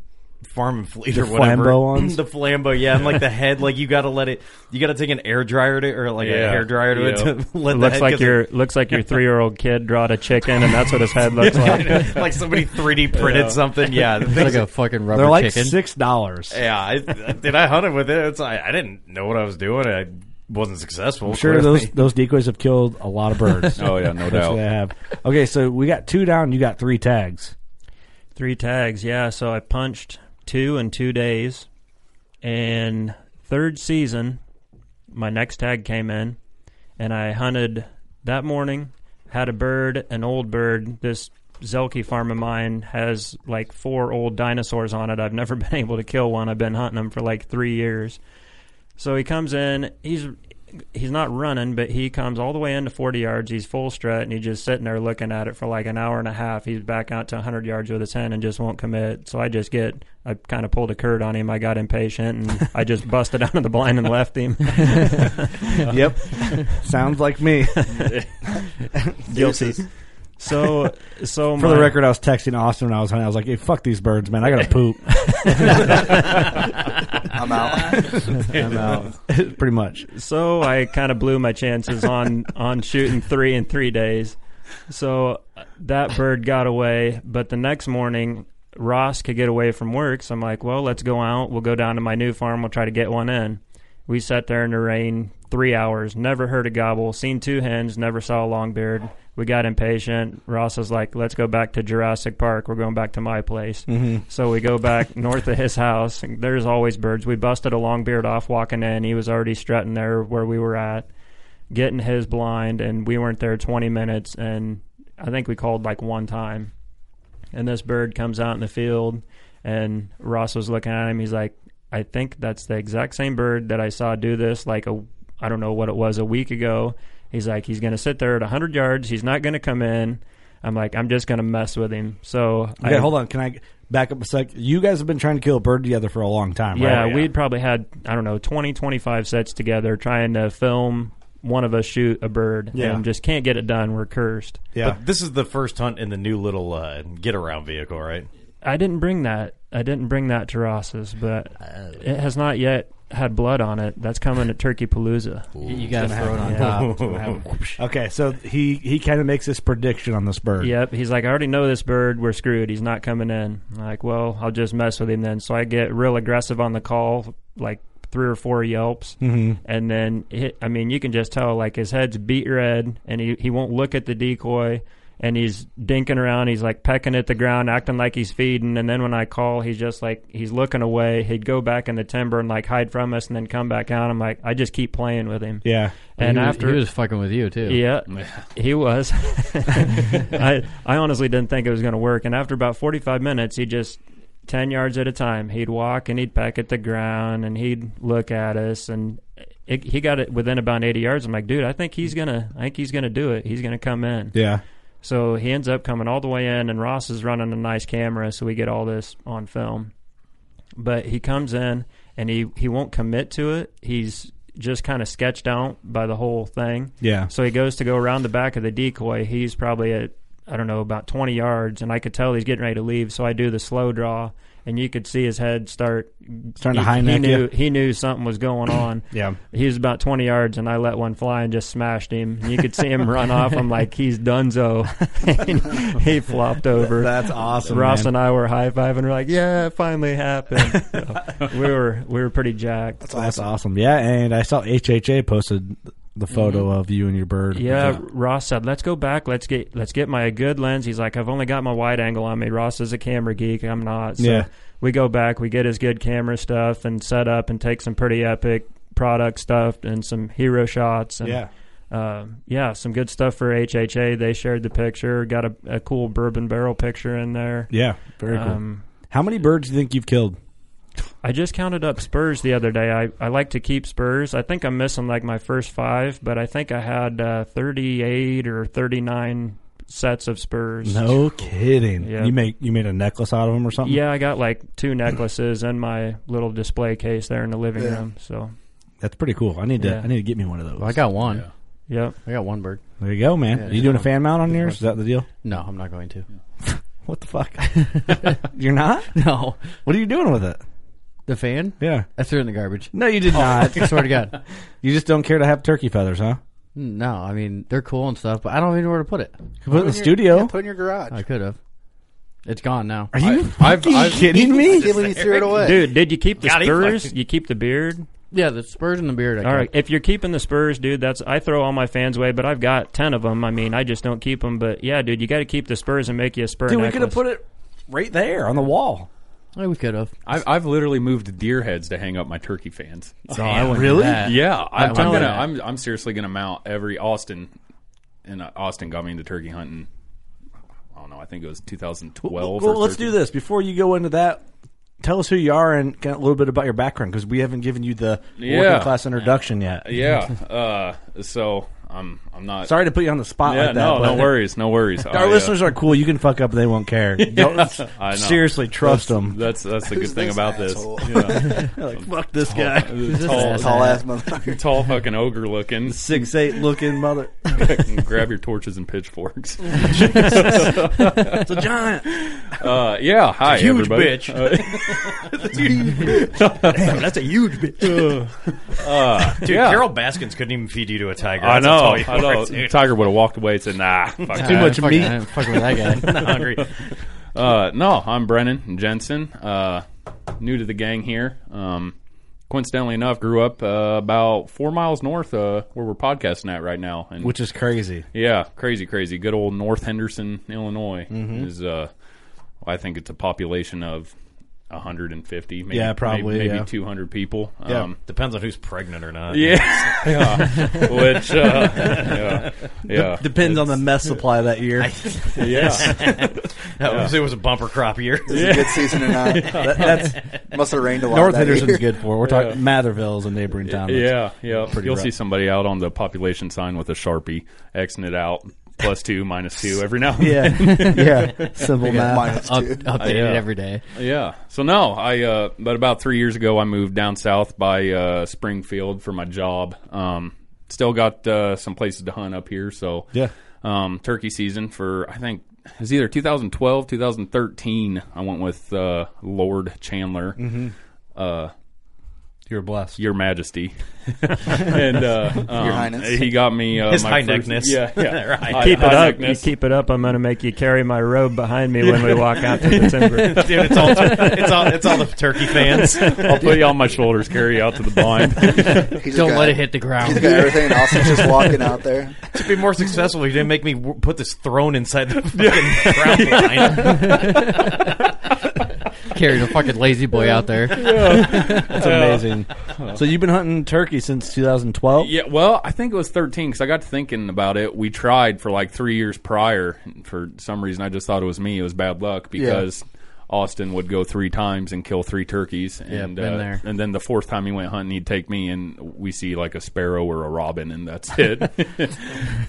B: Farm and Fleet or
F: The
B: whatever. <laughs>
F: Flambeau ones?
B: the Flambeau, yeah, and like the head, like you got to let it. You got to take an air dryer to or like a
H: Yeah.
B: hair dryer to it
H: Yeah.
B: to <laughs> let
E: It
B: the
E: looks
B: head-
E: like
B: 'cause
E: your looks like your three year old kid drawed a chicken, and that's what his head
B: <laughs>
E: looks like.
B: it- like somebody 3D printed something.
E: <laughs>
B: Yeah, the
D: It's
B: thing's-
D: like a fucking rubber
F: They're like
D: chicken.
F: six dollars.
B: yeah. I, did I hunt it with it? It's, I, I didn't know what I was doing. I wasn't successful.
F: I'm sure
B: clearly.
F: those those decoys have killed a lot of
H: <laughs>
F: birds.
H: Oh yeah, no
F: <laughs> That's what they
H: doubt.
F: have. Okay, so we got two down. You got three tags.
E: Three tags, yeah. So I punched two in two days. And third season, my next tag came in, and I hunted that morning. Had a bird, an old bird. This Zelke farm of mine has like four old dinosaurs on it. I've never been able to kill one. I've been hunting them for like three years. So he comes in. He's he's not running, but he comes all the way into 40 yards. He's full strut, and he's just sitting there looking at it for like an hour and a half. He's back out to 100 yards with his hand and just won't commit. So I just get, I kind of pulled a curd on him. I got impatient, and I just busted out of the blind and
G: <laughs>
E: left him. <laughs>
F: yep, sounds like me.
G: Guilty.
E: So, so
F: For the
E: my-
F: record, I was texting Austin when I was hunting. I was like, "Hey, fuck these birds, man! I
G: <laughs>
F: gotta poop."
G: I'm out.
F: I'm out. uh, Pretty much.
E: so I kind of blew my chances on on shooting three in three days. So uh, that bird got away, but the next morning Ross could get away from work. So I'm like, well, let's go out. We'll go down to my new farm. We'll try to get one in. We sat there in the rain three hours. Never heard a gobble. Seen two hens. Never saw a longbeard. We got impatient. Ross was like, let's go back to Jurassic Park. We're going back to my place. So we go back north of his house. and There's always birds. We busted a long beard off walking in. He was already strutting there where we were at, getting his blind, and we weren't there 20 minutes. And I think we called like one time. And this bird comes out in the field, and Ross was looking at him. He's like, I think that's the exact same bird that I saw do this like a
G: I don't know what it was a week ago. He's like, he's going to sit there at 100 yards. He's not going to come in. I'm like, I'm just going to mess with him. So
F: Okay,
G: I,
F: hold on. Can I back up a sec? You guys have been trying to kill a bird together for a long time,
G: Yeah,
F: right?
G: we'd probably had, I don't know, 20, 25 sets together trying to film one of us shoot a bird
F: Yeah.
G: and just can't get it done. We're cursed.
F: Yeah.
B: But this is the first hunt in the new little uh, get around vehicle, right?
G: I didn't bring that. I didn't bring that to Ross's, but it has not yet had blood on it. That's coming at Turkey Palooza.
D: You, you got to throw it on
G: yeah.
D: top. It's gonna happen.
F: Okay, so he he kind of makes this prediction on this bird.
G: Yep. He's like, I already know this bird. We're screwed. He's not coming in. I'm like, well, I'll just mess with him then. So I get real aggressive on the call, like three or four yelps. Mm-hmm. And then, it, I mean, you can just tell, like, his head's beat red and he, he won't look at the decoy. And he's dinking around. He's like pecking at the ground, acting like he's feeding. And then when I call, he's just like, he's looking away. He'd go back in the timber and like hide from us and then come back out. I'm like, I just keep playing with him.
F: Yeah.
G: And
D: he was,
G: after
D: he was fucking with you too.
G: yeah, he
D: <laughs>
G: was. <laughs> I I honestly didn't think it was going to work. And after about forty five minutes, he just ten yards at a time. He'd walk and he'd peck at the ground and he'd look at us. And it, he got it within about eighty yards. I'm like, dude, I think he's gonna. I think he's gonna do it. He's gonna come in.
F: Yeah.
G: So he ends up coming all the way in, and Ross is running a nice camera, so we get all this on film. But he comes in and he, he won't commit to it. He's just kind of sketched out by the whole thing.
F: Yeah.
G: So he goes to go around the back of the decoy. He's probably at, I don't know, about 20 yards, and I could tell he's getting ready to leave. So I do the slow draw, and you could see his head start.
F: Starting
G: he,
F: to high
G: he
F: neck
G: knew,
F: you.
G: he knew something was going on.
F: Yeah.
G: He was about 20 yards, and I let one fly and just smashed him. And you could see him run off. I'm like, he's donezo. And he flopped over.
F: That's awesome.
G: Ross
F: man.
G: and I were high fiving. We're like, yeah, it finally happened. So we were we were pretty jacked.
F: That's awesome. Yeah, and I saw HHA posted the photo of you and your bird.
G: Mm-hmm. Yeah, Ross said, "Let's go back. Let's get let's get my good lens." He's like, "I've only got my wide angle on me." Ross is a camera geek. I'm not. So
F: Yeah.
G: we go back. We get his good camera stuff and set up and take some pretty epic product stuff and some hero shots. And,
F: Yeah.
G: uh, yeah, some good stuff for HHA. They shared the picture. Got a, a cool bourbon barrel picture in there.
F: Yeah. Very cool.
G: Um,
F: How many birds do you think you've killed?
G: I just counted up spurs the other day. I, I like to keep spurs. I think I'm missing like my first five, but I think I had uh, 38 or 39 sets of spurs.
F: No kidding.
G: Yeah.
F: You make you made a necklace out of them or something?
G: Yeah, I got like <clears throat> two necklaces and my little display case there in the living
E: Yeah.
G: room. So,
F: That's pretty cool. I need to
G: Yeah.
F: I need to get me one of those.
D: Well, I got one.
G: yep.
D: I got one bird.
F: There you go, man.
D: Yeah,
F: you
D: yeah.
F: doing a fan mount on yours? Is that the deal?
D: No, I'm not going to.
F: What the <laughs> fuck? You're not?
D: No,
F: What are you doing with it?
D: <laughs> the fan.
F: Yeah. Oh.
D: I threw it in the garbage.
F: No, you did <laughs> not.
D: I swear to God. Mm,
F: You just don't care to have turkey feathers, huh?
D: No, I mean they're cool and stuff, but I don't even know where to put it.
F: You put it in the studio.
E: put it in your garage.
G: Uh,
D: I could have. It's gone now.
F: are you
H: I've,
F: fucking
H: I've,
F: kidding me?
E: can't believe you threw
G: <laughs>
E: it away.
G: Dude, did you keep the
B: God, he
G: spurs?
B: <laughs> fucking-
G: You keep the beard?
D: Yeah, the spurs and the beard. I
G: All
D: kept.
G: right. If you're keeping the spurs, dude, that's I throw all my fans away, but I've got 10 of them. I mean, I just don't keep them, but yeah, dude, you got to keep the spurs and make you a spur
F: Dude, we
G: necklace.
F: could have put it right there on the wall.
D: Yeah, we could have.
H: I've, I've literally moved deer heads to hang up my turkey fans.
D: No, I wouldn't do that.
H: Yeah, I'm, I'm
D: wouldn't
H: gonna.
D: do that.
H: I'm I'm seriously gonna mount every Austin, and uh, Austin got me into turkey hunting. I don't know. I think it was 2012.
F: Well,
H: or
F: let's
H: 13.
F: do this before you go into that. Tell us who you are and kind of a little bit about your background because we haven't given you the
H: Yeah.
F: working class introduction yet.
H: Yeah. Uh, so I'm I'm not.
F: Sorry to put you on the spot
H: Yeah.
F: like that.
H: no.
F: but
H: No worries. No worries. uh,
F: Our listeners are cool. You can fuck up; they
H: <laughs>
F: won't care. Don't,
H: I know.
F: seriously, trust them.
H: That's that's the good
E: Who's
H: thing
E: this
H: about
E: asshole?
H: this. Yeah.
F: fuck this guy,
H: tall,
E: Tall ass
H: <laughs>
E: motherfucker.
H: tall fucking ogre
F: <laughs>
H: looking.
F: six eight looking mother.
H: <laughs> Grab your torches and pitchforks.
F: <laughs>
H: <laughs>
F: It's a giant.
H: Uh, yeah. Hi,
B: huge
H: everybody.
B: bitch.
F: <laughs>
H: Uh, <laughs>
B: Damn, that's a huge bitch. dude,
H: yeah.
B: Carol Baskins couldn't even feed you to a tiger.
H: I
B: That's how
H: know.
B: tall you
H: I
B: are,
H: know.
B: dude.
H: Tiger would have walked away and
B: <laughs>
H: said, "Nah, fuck
D: Too
H: that."
D: much fucking, meat. I'm fucking with that guy.
B: Not hungry.
H: Uh, no, I'm Brennan Jensen, uh, new to the gang here. Um, coincidentally enough, grew up uh, about four miles north uh, where we're podcasting at right now, and
F: <laughs> Which is crazy.
H: yeah, crazy, crazy. Good old North Henderson, Illinois
F: Mm-hmm.
H: is. Uh, I think it's a population of 150, maybe,
F: Yeah, probably,
H: maybe,
F: yeah.
H: 200 people.
F: Yeah.
H: Um, <laughs>
B: Depends on who's pregnant or not.
H: yeah,
F: <laughs>
H: yeah. which uh, <laughs> yeah, yeah.
F: Depends on the mess supply that year.
H: Yes.
B: That was- it was a bumper crop
H: <laughs>
B: year.
G: Is it a good season or <laughs> not? That, that's must have rained a lot.
F: North
G: that
F: Henderson's
G: year.
F: good for. We're talking Matherville's a neighboring town. that's-
H: yeah, yeah.
F: pretty
H: You'll
F: rough.
H: see somebody out on the population sign with a sharpie, xing it out, plus two, minus two every
F: <laughs>
H: now. And <laughs> then.
F: yeah, yeah. Simple math.
G: Minus
D: Up,
G: two.
D: updated
H: yeah.
D: every day.
H: Yeah. So no, I uh, but about three years ago, I moved down south by uh, Springfield for my job. Um, still got uh, some places to hunt up here. So
F: Yeah.
H: um, turkey season for I think it was either 2012, 2013. I went with uh, Lord Chandler.
F: Mm-hmm.
H: Uh,
F: You're blessed.
H: Your Majesty, <laughs> and uh, um,
G: Highness.
H: he got me uh,
B: His
H: my
B: high
H: first-
B: neckness.
H: Yeah,
E: <laughs>
H: yeah.
B: Right.
H: High-
E: Keep it
H: high
E: up. You
H: neckness.
E: keep it up. I'm going to make you carry my robe behind me when we walk out to
D: <laughs>
E: the timber.
B: Dude, it's all it's all it's all the turkey fans.
H: I'll put you on my shoulders, carry you out to the
B: <laughs>
H: blind.
G: He's
D: Don't
G: got-
D: let it hit the
E: <laughs>
G: He's
D: ground.
G: got everything, and Austin's just walking out
D: <laughs>
G: there.
B: It'd be more successful if you didn't make me w- put this throne inside the fucking ground line.
D: Carrying a fucking lazy boy out there.
H: <laughs>
F: That's amazing. so you've been hunting turkey since 2012.
H: Yeah, well, I think it was 13 because I got to thinking about it. We tried for like three years prior. And for some reason, I just thought it was me. It was bad luck because Austin would go three times and kill three turkeys. And,
D: been
H: uh,
D: there.
H: and then the fourth time he went hunting, he'd take me and we see like a sparrow or a robin, and that's <laughs> it.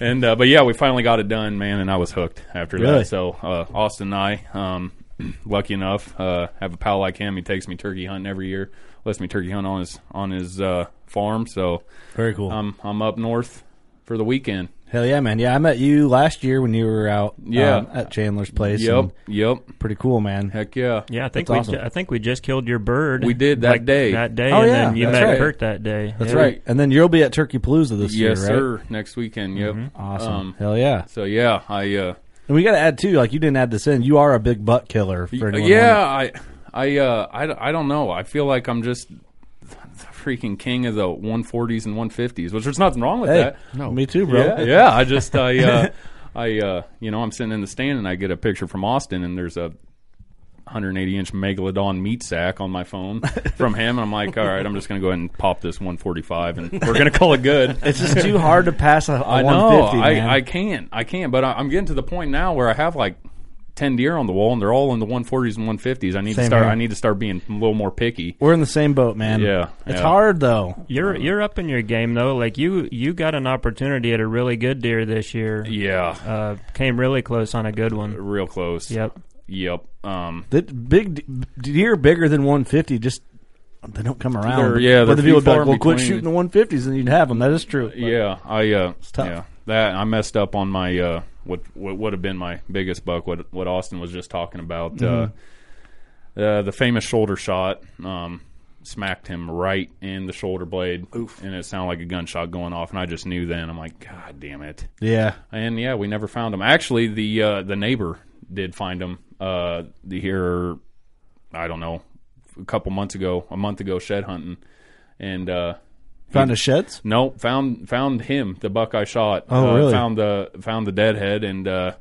H: and uh, But yeah, we finally got it done, man, and I was hooked after
F: Really?
H: that. So uh, Austin and I, um, <clears throat> lucky enough, uh, have a pal like him. He takes me turkey hunting every year. Lets me turkey hunt on his on his uh, farm, so
F: Very cool.
H: I'm I'm up north for the weekend.
F: Hell yeah, man. Yeah, I met you last year when you were out.
H: Yeah.
F: um, at Chandler's place.
H: Yep,
F: and
H: yep.
F: pretty cool, man.
H: Heck <laughs> yeah.
E: Yeah, I think
F: That's
E: we
F: awesome.
E: ju- I think we just killed your bird.
H: We did that
E: like,
H: day.
E: That day,
F: Oh,
E: and
F: yeah,
E: then you
F: that's
E: met
F: right.
E: Kurt that day.
F: That's
E: Yeah.
F: right. And then you'll be at Turkey Palooza this year,
H: Yes,
F: right?
H: sir. Next weekend. Yep.
F: Awesome.
H: Um,
F: Hell yeah.
H: so yeah, I uh,
F: And we got to add too. Like you didn't add this in. You are a big butt killer. For anyone
H: yeah, I I uh I, d- I don't know. I feel like I'm just the freaking king of the 140s and 150s, which there's nothing wrong with
F: Hey,
H: that.
F: no. me too, bro.
H: Yeah, yeah. I just I uh, <laughs> I uh, you know I'm sitting in the stand and I get a picture from Austin and there's a 180 inch megalodon meat sack on my phone from him and I'm like, all right, I'm just gonna go ahead and pop this 145 and we're gonna call it good.
F: It's just too hard to pass a, a
H: I know
F: 150. man.
H: I I can't I can't, but I, I'm getting to the point now where I have like. Ten deer on the wall, and they're all in the 140s and 150s. I need
F: Same
H: to start.
F: here.
H: I need to start being a little more picky.
F: We're in the same boat, man.
H: Yeah,
F: It's
H: yeah.
F: hard though.
E: You're you're up in your game though. Like you you got an opportunity at a really good deer this year.
H: Yeah,
E: Uh, came really close on a good one.
H: real close.
E: Yep.
H: Yep. Um,
F: That big d- deer bigger than 150 just they don't come around.
H: They're- yeah, they're
F: but the people would be
H: few
F: like,
H: far
F: well,
H: in
F: quit
H: between.
F: shooting the 150s and you'd have them. That is true. But-
H: Yeah, I uh,
F: tough.
H: yeah that I messed up on my uh, what what would have been my biggest buck. What what Austin was just talking about,
F: Mm-hmm.
H: uh, uh, the famous shoulder shot, um, smacked him right in the shoulder blade, and it sounded like a gunshot going off. And I just knew then. I'm like, God damn it!
F: Yeah.
H: And yeah, we never found him. Actually, the uh, the neighbor did find him. Uh, the here, I don't know, a couple months ago, a month ago, shed hunting, and. Uh,
F: Found a sheds.
H: no, found found him, the buck I shot.
F: Oh,
H: uh,
F: really?
H: Found the found the deadhead and uh,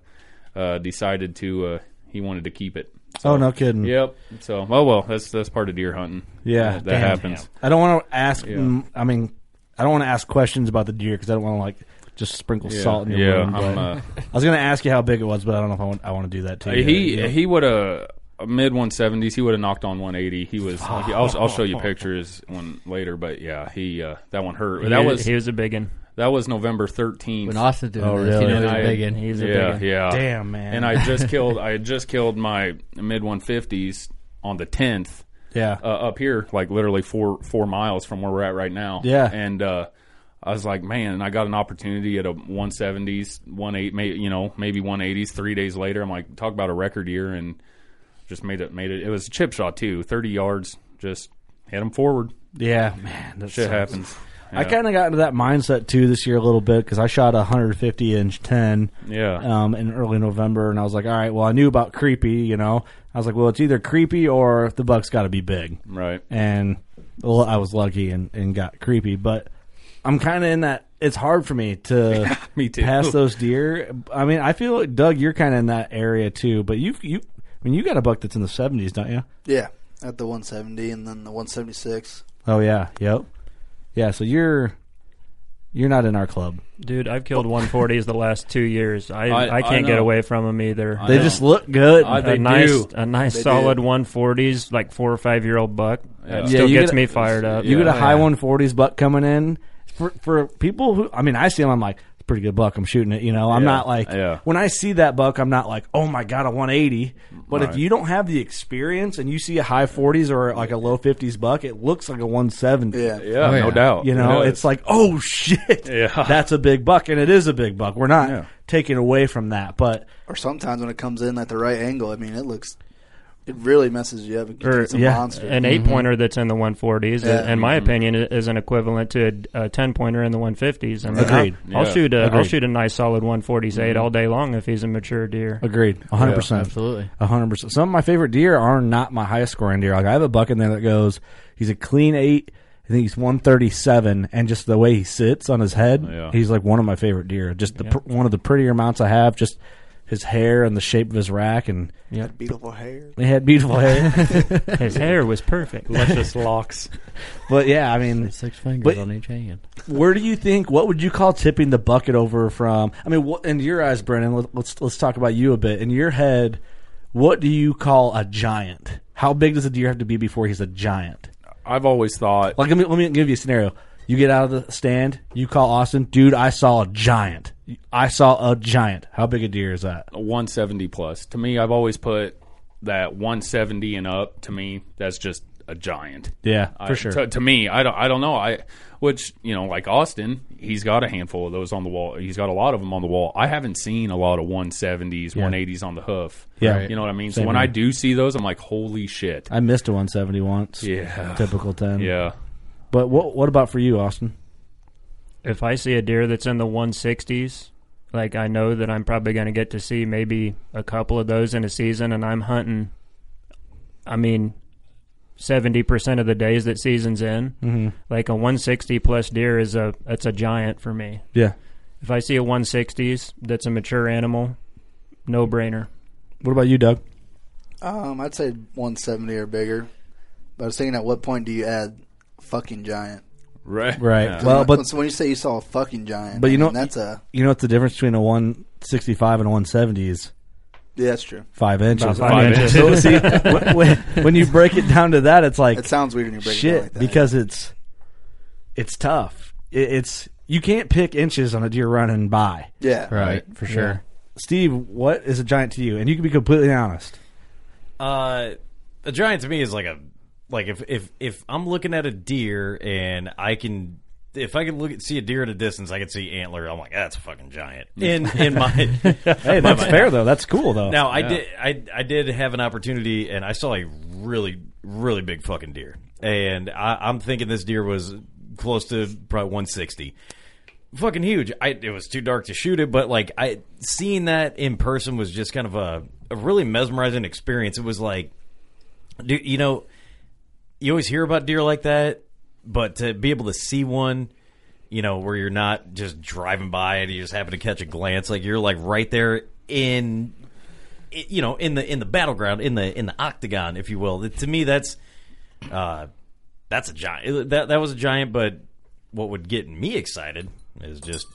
H: uh, decided to uh, he wanted to keep it.
F: oh no, kidding.
H: Yep. So oh well, that's that's part of deer hunting.
F: Yeah,
H: that,
F: damn.
H: happens.
F: I don't want to ask. mm, I mean, I don't want to ask questions about the deer because I don't want to like just sprinkle
H: Yeah,
F: salt in your
H: yeah,
F: wound,
H: I'm,
F: but-
H: uh,
F: I was going to ask you how big it was, but I don't know if I want, I want to do that to you.
H: he
F: You know?
H: he would have mid 170s. He would have knocked on 180. He was. I'll, I'll show
E: <laughs>
H: you pictures when later, but yeah, he uh, that one hurt.
E: he,
H: That was
E: he was a big one.
H: that was November 13th.
D: When Austin's doing
F: Oh,
D: this,
F: really?
D: you know he's
H: I-
D: a big in.
E: He's a big
H: yeah,
E: one.
H: yeah.
F: Damn, man.
H: And I
F: <laughs>
H: just killed. I had just killed my mid 150s on the 10th.
F: yeah.
H: uh, up here, like literally four four miles from where we're at right now.
F: Yeah.
H: and uh, I was like, man, and I got an opportunity at a 170s, 18, may, you know, maybe 180s. Three days later, I'm like, talk about a record year, and just made it. Made it. It was a chip shot too, 30 yards, just hit him forward.
F: yeah, man. That
H: Shit
F: sucks.
H: happens.
F: I kind of got into that mindset too this year a little bit because I shot a 150 inch 10
H: Yeah.
F: um, in early November, and I was like, all right, well, I knew about creepy, you know. I was like, well, it's either creepy or the buck's got to be big.
H: right.
F: and well, I was lucky and, and got creepy. But I'm kind of in that. It's hard for me to
H: <laughs> me too.
E: <laughs>
F: pass those deer. I mean, I feel like Doug, you're kind of in that area too. But you you, I mean, you got a buck that's in the 70s, don't you?
G: Yeah, at the 170 and then the 176.
F: Oh yeah, yep, yeah. So you're You're not in our club.
E: Dude, I've killed 140s the last two years. I
H: I-
E: I,
H: I
E: can't get
H: know.
E: away from them either.
F: They
H: know.
F: just look good.
H: I-
E: a
H: they
E: nice,
H: do.
E: a nice
G: They
E: solid
G: do.
E: 140s, like four or five year old buck.
H: Yeah.
E: It
H: Yeah,
E: still
F: you
E: gets
F: get a-
E: me fired up.
F: you get a
H: Yeah.
F: high 140s buck coming in for for people who I mean I see them I'm like it's a pretty good buck I'm shooting it you know I'm
H: Yeah.
F: not like
H: Yeah.
F: when I see that buck I'm not like oh my god a 180 but if
H: Right.
F: you don't have the experience and you see a high 40s or like a low 50s buck it looks like a 170
G: Yeah.
H: Yeah,
D: Oh,
H: no
D: yeah.
H: doubt.
F: you know
H: It
F: it's like oh shit
H: Yeah.
F: <laughs> that's a big buck and it is a big buck we're not
H: Yeah.
F: taking away from that but
G: Or sometimes when it comes in at the right angle, I mean, it looks, it really messes you up. It
E: Or,
G: it's a
F: yeah,
G: monster.
E: an
D: Mm-hmm.
E: eight pointer that's in the 140s,
G: Yeah.
E: in my opinion, is an equivalent to a, a 10 pointer in the 150s. I mean,
F: Agreed.
E: I'll, I'll
H: Yeah.
E: shoot a, will
F: Agreed. Mm-hmm.
E: shoot a nice solid 148 all day long if he's a mature deer.
F: agreed 100%
D: Absolutely.
F: A hundred percent. Some of my favorite deer are not my highest scoring deer. Like I have a buck in there that goes, he's a clean eight. I think he's one thirty seven, and just the way he sits on his head,
H: Yeah.
F: he's like one of my favorite deer. Just the pr one of the prettier mounts I have. Just his hair and the shape of his rack, and
G: Beautiful hair.
F: he had beautiful
E: <laughs>
F: hair.
E: His hair was perfect.
B: Luscious
E: <laughs>
B: locks.
F: but yeah, I mean,
D: Six fingers
F: But-
D: on each hand.
F: where do you think? What would you call tipping the bucket over from? I mean, what, in your eyes, Brennan, let, let's let's talk about you a bit. In your head, what do you call a giant? How big does a deer have to be before he's a giant?
H: I've always thought.
F: Like, let me, let me give you a scenario. You get out of the stand, you call Austin, dude, I saw a giant. I saw a giant. How big a deer is that?
H: 170 plus. To me, I've always put that 170 and up. To me, that's just a giant.
F: Yeah,
H: I-
F: for sure.
H: To, to me, I don't. I don't know. I which you know, like Austin, he's got a handful of those on the wall. He's got a lot of them on the wall. I haven't seen a lot of 170s, 180s on the hoof.
F: Yeah. Right.
H: you know what I mean.
F: Same
H: so when
F: here. Um,
H: I do see those, I'm like, holy shit.
F: I missed a 170 once.
H: Yeah.
F: Typical 10.
H: yeah.
F: But what what about for you, Austin?
E: if I see a deer that's in the 160s, like I know that I'm probably going to get to see maybe a couple of those in a season, and I'm hunting. I mean, seventy percent of the days that season's in, mm-hmm. like a 160 plus deer is a that's a giant for me.
F: Yeah.
E: If I see a 160s that's a mature animal, no brainer.
F: What about you, Doug?
G: Um, I'd say 170 or bigger. But I was thinking, at what point do you add fucking giant?
H: Right.
F: Right.
H: Yeah.
F: Well, but
G: so when you say you saw a fucking giant,
F: But you
G: I
F: know-
G: mean, that's a
F: you know what the difference between a 165 and a 170 is?
G: yeah, that's true.
F: Five inches.
E: five Five inches.
F: So, see, when, when- when you break it down to that, it's like
G: It sounds weird when you break it
F: shit
G: down like that
F: because it's it's tough. It, it's you can't pick inches on a deer running by.
G: yeah,
D: Right, for sure.
F: Steve, what is a giant to you? And you can be completely honest.
B: Uh, a giant to me is like a like if if if I'm looking at a deer and I can if I can look at, see a deer at a distance, I can see antler. I'm like, that's a fucking giant. In in my
F: Hey, that's fair though. That's cool though.
B: now I did I I did have an opportunity and I saw a really really big fucking deer and I, I'm thinking this deer was close to probably 160 fucking huge. I it was too dark to shoot it, but like I seeing that in person was just kind of a, a really mesmerizing experience. It was like, dude, you know, you always hear about deer like that, but to be able to see one, you know, where you're not just driving by and you just happen to catch a glance, like you're like right there in, i- you know, in the in the battleground, in the in the octagon, if you will. To me, that's. Uh, that's a giant. uh, That that was a giant, but what would get me excited is just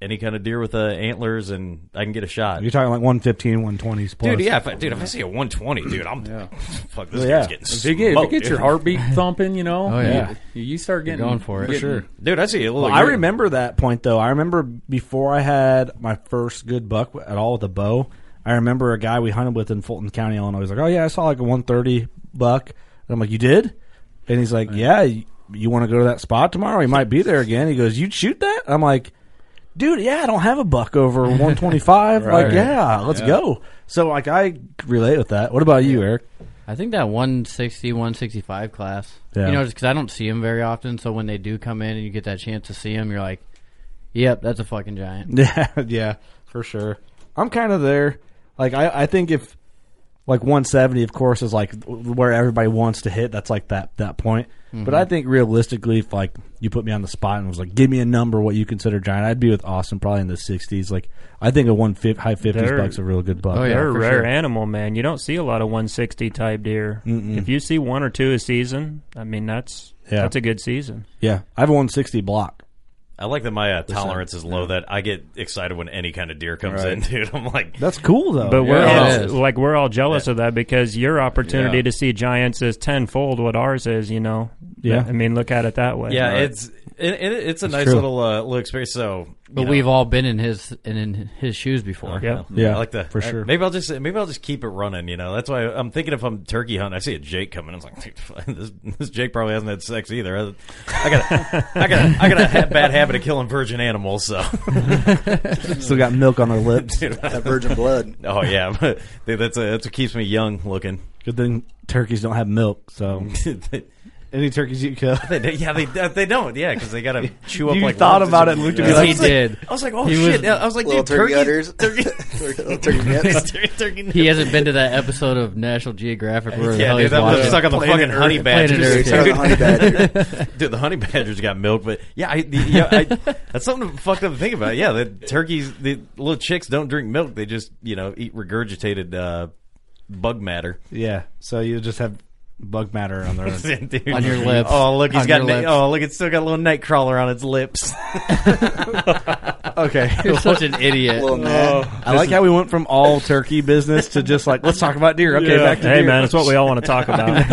B: any kind of deer with uh, antlers, and I can get a shot.
F: You're talking like 115, 120s plus.
B: Dude, yeah, if I, dude, if I see a 120, dude, I'm <laughs> fuck. This
F: Yeah.
B: dude's getting
H: If you get, if you
B: smoked,
H: get your
B: dude.
H: heartbeat thumping, you know,
D: Oh, yeah.
H: you, you start getting
D: going for it. For
H: getting-
D: sure.
B: dude. I see a little.
F: I remember that point though. I remember before I had my first good buck at all with a bow. I remember a guy we hunted with in Fulton County, Illinois. He's like, "Oh yeah, I saw like a 130 buck," and I'm like, "You did?" And he's like, "Yeah, you, you want to go to that spot tomorrow? He might be there again." He goes, "You'd shoot that?" I'm like, "Dude, yeah, I don't have a buck over 125. Like, yeah, let's go." So like, I relate with that. What about you, Eric?
D: I think that 160, 165 class.
F: Yeah.
D: You know, just because I don't see them very often, so when they do come in and you get that chance to see them, you're like, "Yep, that's a fucking giant."
F: Yeah, <laughs> yeah, for sure. I'm kind of there. Like I, I think if like 170, of course, is like where everybody wants to hit. That's like that that point. But I think realistically, if like you put me on the spot and was like, give me a number what you consider giant, I'd be with Austin probably in the 60s. Like I think a one fif- high 50s
E: There-
F: buck's a real good buck.
D: Oh, yeah,
E: They're a
D: for
E: rare
D: sure.
E: animal, man. You don't see a lot of 160 type deer. If you see one or two a season, I mean that's
F: Yeah.
E: that's a good season.
F: yeah. I have a 160 block.
B: I like that my uh, tolerance is low. That I get excited when any kind of deer comes in, <laughs> dude. I'm like,
F: That's cool though.
E: But we're
B: Yeah, it
E: all
B: is.
E: like we're all jealous of that because your opportunity
H: Yeah.
E: to see giants is tenfold what ours is. You know.
F: Yeah.
E: I mean, look at it that way.
B: yeah, it's it, it, it's a nice
F: true.
B: little uh, little experience. So,
D: But we've all been in his and in his shoes before.
E: Yep.
F: Yeah,
B: I like the
F: for
B: I-
F: sure.
B: maybe I'll just maybe I'll just keep it running. You know, that's why I'm thinking if I'm turkey hunting, I see a Jake coming. I'm like, dude, <laughs> this, this Jake probably hasn't had sex either. I, I got a, I got a, I got a ha- bad habit of killing virgin animals. So, <laughs>
F: Still got milk on their <laughs> lips.
G: That virgin blood.
B: oh yeah, <laughs> but, dude, that's a, that's what keeps me young looking. <laughs>
F: Good thing turkeys don't have milk. So any turkeys you kill,
B: <laughs>
F: <laughs>
B: They do- yeah, they uh, they don't. Yeah, because they got to chew up.
F: You
B: like
F: thought
B: worms
F: about
B: or
F: it and looked
B: something.
F: at me
B: I
D: He did.
B: was like-
F: like-
B: I was like, oh
D: He was-
B: shit! I was like,
G: Little
B: dude, turkey,
G: turkey udders. <laughs>
B: turkey,
G: Little turkey nips.
B: turkey, turkey.
D: He hasn't been to that episode of National Geographic where the
B: <laughs> yeah,
D: hell
B: dude,
D: he's
B: that was
D: watching.
B: stuck on the
G: Planet
B: fucking
G: Earth.
B: honey
D: Planet
B: badger.
D: Earth,
B: dude.
D: yeah.
G: Sorry,
B: <laughs>
G: honey badger.
B: Dude, the honey badgers got milk, but yeah, I, the, yeah I, that's something fucked up to think about. Yeah, the turkeys, the little chicks don't drink milk; they just you know eat regurgitated uh, bug matter. <laughs>
F: yeah. So you just have bug matter on <laughs> their.
B: Dude.
D: On your lips.
B: Oh look, he's
D: On
B: got.
D: your
B: Na-
D: lips.
B: oh look, it's still got a little nightcrawler on its lips.
F: okay.
D: You're such an idiot.
G: Little man.
F: I like how we went from all turkey business to just like let's talk about deer. Okay, back to
E: hey
F: deer.
E: man, it's what
F: <laughs>
E: we all want to talk about.